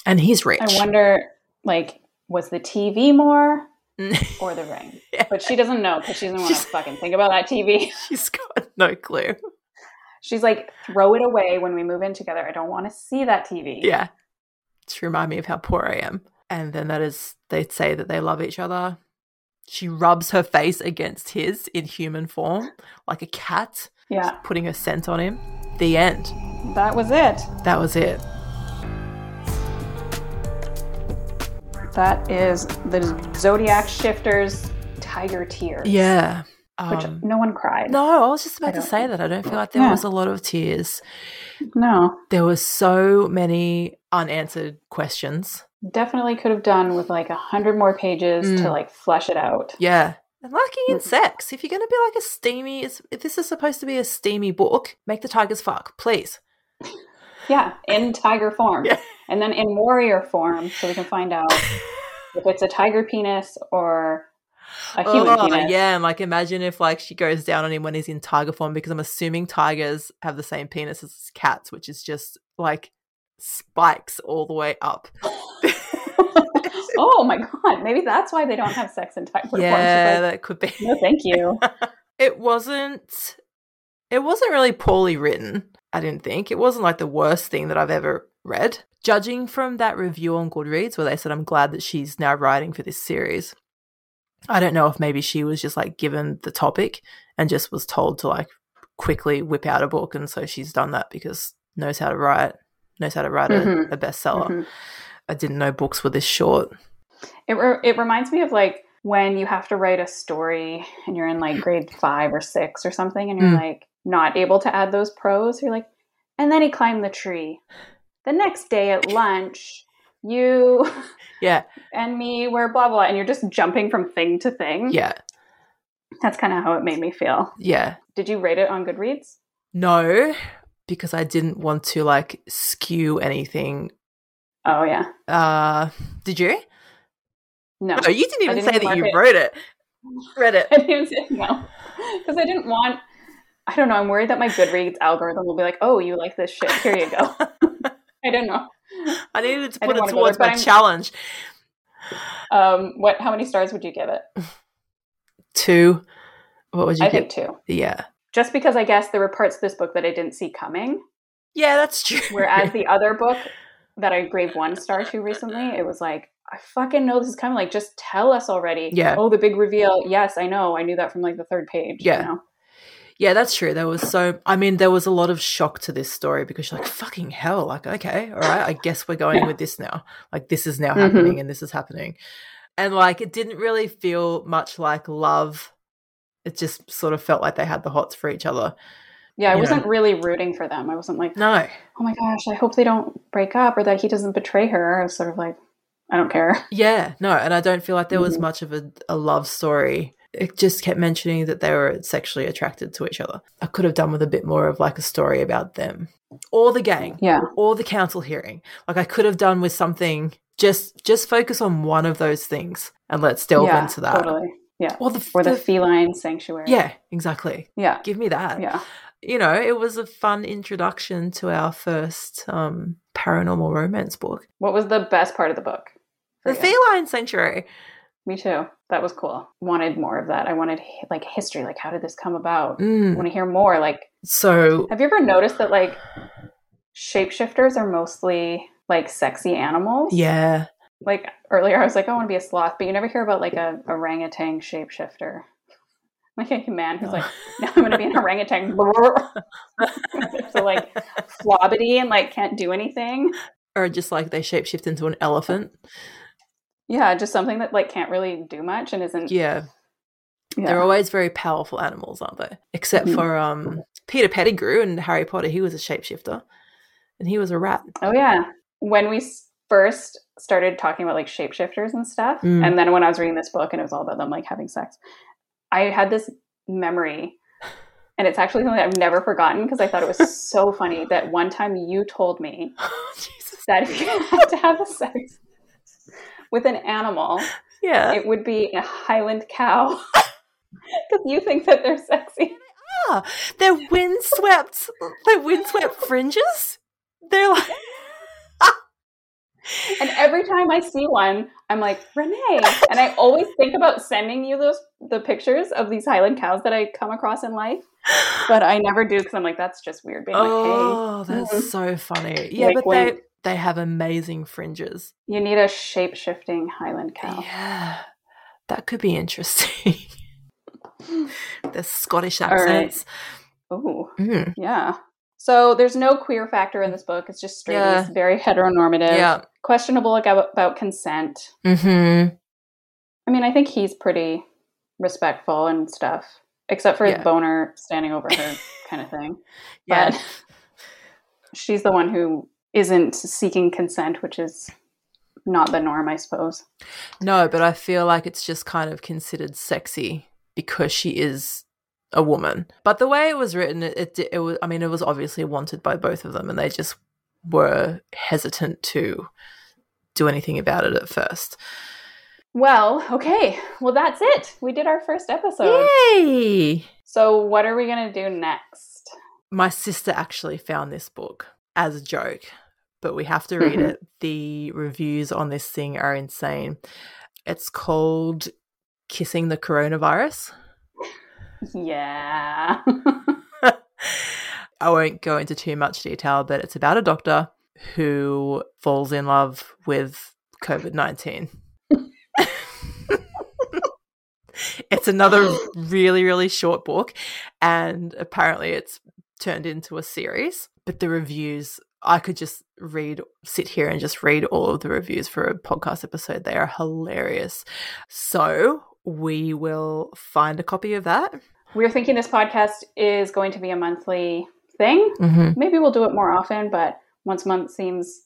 S2: and he's rich.
S1: I wonder, like, was the TV more or the ring?
S2: Yeah.
S1: But she doesn't know because she doesn't want to
S2: She's-
S1: fucking think about that TV.
S2: she's got no clue.
S1: She's like, throw it away when we move in together. I don't want to see that TV.
S2: Yeah, to remind me of how poor I am. And then that is, they say that they love each other. She rubs her face against his in human form, like a cat.
S1: yeah.
S2: putting her scent on him. The end.
S1: That was it.
S2: That was it.
S1: That is the Zodiac Shifters Tiger Tears.
S2: Yeah.
S1: Which
S2: Um,
S1: no one cried.
S2: no, I was just about
S1: I
S2: to
S1: don't-
S2: say that. I don't feel like there
S1: Yeah.
S2: was a lot of tears.
S1: No.
S2: There were so many unanswered questions.
S1: Definitely could have done with like a hundred more pages
S2: Mm.
S1: to like flesh it out.
S2: Yeah. And lacking in
S1: Mhm.
S2: sex. If you're going to be like a steamy, it's- if this is supposed to be a steamy book, make the tigers fuck, please.
S1: Yeah, in tiger form.
S2: Yeah.
S1: And then in warrior form, so we can find out if it's a tiger penis or a human
S2: Oh,
S1: penis.
S2: yeah. And like, imagine if like she goes down on him when he's in tiger form, because I'm assuming tigers have the same penis as cats, which is just like spikes all the way up.
S1: oh my god, maybe that's why they don't have sex in tiger
S2: yeah,
S1: form.
S2: that could be.
S1: She's like, no, thank you.
S2: It wasn't. It wasn't really poorly written. I didn't think it wasn't like the worst thing that I've ever read. Judging from that review on Goodreads, where they said, "I'm glad that she's now writing for this series." I don't know if maybe she was just like given the topic and just was told to like quickly whip out a book, and so she's done that because knows how to write, knows how to write
S1: Mhm.
S2: a, a bestseller.
S1: Mhm.
S2: I didn't know books were this short.
S1: It re- it reminds me of like when you have to write a story and you're in like grade five or six or something, and you're
S2: Mm.
S1: like not able to add those pros. You're like, and then he climbed the tree. The next day at lunch, you
S2: Yeah.
S1: and me were blah blah, and you're just jumping from thing to thing.
S2: Yeah.
S1: that's kind of how it made me feel.
S2: Yeah.
S1: Did you rate it on Goodreads?
S2: No, because I didn't want to like skew anything.
S1: Oh yeah,
S2: Uh did you?
S1: no,
S2: No, you didn't even
S1: didn't
S2: say
S1: even
S2: that you
S1: mark it.
S2: wrote it. Read it.
S1: I didn't even say no because I didn't want. I don't know. I'm worried that my Goodreads algorithm will be like, "Oh, you like this shit? Here you go." I don't know.
S2: I needed to
S1: I
S2: put
S1: didn't wanna
S2: it
S1: go
S2: towards
S1: there, but
S2: my
S1: I'm-
S2: challenge.
S1: Um, what? How many stars would you give it?
S2: Two. What would you
S1: I think
S2: get?
S1: two.
S2: Yeah.
S1: Just because I guess there were parts of this book that I didn't see coming,
S2: Yeah, that's true.
S1: whereas the other book that I gave one star to recently, it was like, I fucking know this is coming. Like, just tell us already.
S2: Yeah.
S1: Oh, the big reveal. Yes, I know. I knew that from like the third page. you
S2: Yeah.
S1: know?
S2: Yeah, that's true. There was so I mean, there was a lot of shock to this story because you're like, fucking hell, like, okay, all right, I guess we're going
S1: Yeah.
S2: with this now. Like this is now
S1: Mhm.
S2: happening and this is happening. And like it didn't really feel much like love. It just sort of felt like they had the hots for each other.
S1: Yeah. I
S2: Yeah.
S1: wasn't really rooting for them. I wasn't like,
S2: No.
S1: oh my gosh, I hope they don't break up or that he doesn't betray her. I was sort of like, I don't care.
S2: Yeah, no, and I don't feel like there was
S1: Mhm.
S2: much of a, a love story. It just kept mentioning that they were sexually attracted to each other. I could have done with a bit more of like a story about them. Or the gang.
S1: Yeah.
S2: or the council hearing. Like I could have done with something. Just just focus on one of those things and let's delve
S1: yeah,
S2: into that.
S1: Totally. Yeah.
S2: Or the,
S1: Or the
S2: the-
S1: feline sanctuary.
S2: yeah, exactly.
S1: Yeah.
S2: Give me that.
S1: Yeah.
S2: You know, it was a fun introduction to our first um, paranormal romance book,
S1: What was the best part of the book? for
S2: The
S1: you?
S2: Feline Sanctuary.
S1: Me too. That was cool. Wanted more of that. I wanted hi- like history. Like, how did this come about?
S2: Mm.
S1: Want to hear more? Like,
S2: So
S1: have you ever noticed that like shapeshifters are mostly like sexy animals?
S2: yeah,
S1: Like earlier, I was like, I want to be a sloth, but you never hear about like a orangutan shapeshifter, like a man who's like, now I'm going to be an orangutan. so like flobbity and like can't do anything.
S2: or just like they shapeshift into an elephant.
S1: Yeah, just something that like can't really do much and isn't.
S2: Yeah,
S1: yeah.
S2: they're always very powerful animals, aren't they? Except
S1: Mhm.
S2: for um, Peter Pettigrew in Harry Potter, he was a shapeshifter, and he was a rat.
S1: Oh yeah. When we s- first started talking about like shapeshifters and stuff,
S2: Mm.
S1: and then when I was reading this book and it was all about them like having sex, I had this memory, and it's actually something I've never forgotten because I thought it was so funny that one time you told me
S2: Jesus.
S1: that if you had to have a sex with an animal,
S2: Yeah.
S1: it would be a Highland cow. Because you think that they're sexy.
S2: are. They're windswept. they're windswept fringes. They're like,
S1: And every time I see one, I'm like, Renee. And I always think about sending you those the pictures of these Highland cows that I come across in life, but I never do because I'm like, that's just weird. Being like,
S2: oh, that's
S1: Mhm.
S2: so funny. Yeah,
S1: Wink,
S2: but they
S1: wink.
S2: they have amazing fringes.
S1: hey, you need a shape shifting Highland cow.
S2: Yeah, that could be interesting. the Scottish
S1: right.
S2: accents.
S1: Ooh,
S2: Mm.
S1: yeah. So there's no queer factor in this book. It's just straight.
S2: Yeah.
S1: It's very heteronormative.
S2: Yeah.
S1: Questionable about, about consent.
S2: Mm-hmm.
S1: I mean, I think he's pretty respectful and stuff, except for
S2: Yeah.
S1: his boner standing over her kind of thing.
S2: Yeah.
S1: But she's the one who isn't seeking consent, which is not the norm, I suppose.
S2: No, but I feel like it's just kind of considered sexy because she is a woman. But the way it was written, it it, di- it was. I mean, it was obviously wanted by both of them, and they just were hesitant to do anything about it at first.
S1: Well, okay. Well, that's it. We did our first episode.
S2: Yay!
S1: So, what are we going to do next?
S2: My sister actually found this book as a joke, but we have to read
S1: Mhm.
S2: it. The reviews on this thing are insane. It's called "Kissing the Coronavirus."
S1: Yeah.
S2: I won't go into too much detail, but it's about a doctor who falls in love with COVID 19. it's another really, really short book, and apparently it's turned into a series. But the reviews, I could just read, sit here and just read all of the reviews for a podcast episode. They are hilarious. So we will find a copy of that.
S1: We're thinking this podcast is going to be a monthly thing.
S2: Mm-hmm.
S1: Maybe we'll do it more often, but once a month seems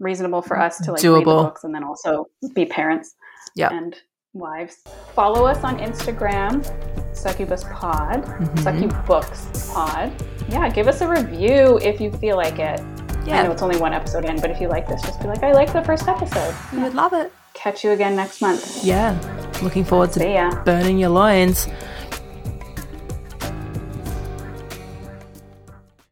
S1: reasonable for us to like read the
S2: Doable.
S1: books and then also be parents
S2: Yep.
S1: and wives. Follow us on Instagram, Succubus Pod,
S2: Mm-hmm.
S1: Succubuxpod. Pod. Yeah, give us a review if you feel like it. I know
S2: Yeah,
S1: it's only one episode in, but if you like this, just be like, I like the first episode.
S2: we would love it.
S1: Catch you again next month.
S2: Yeah, looking forward to
S1: See ya.
S2: burning your loins.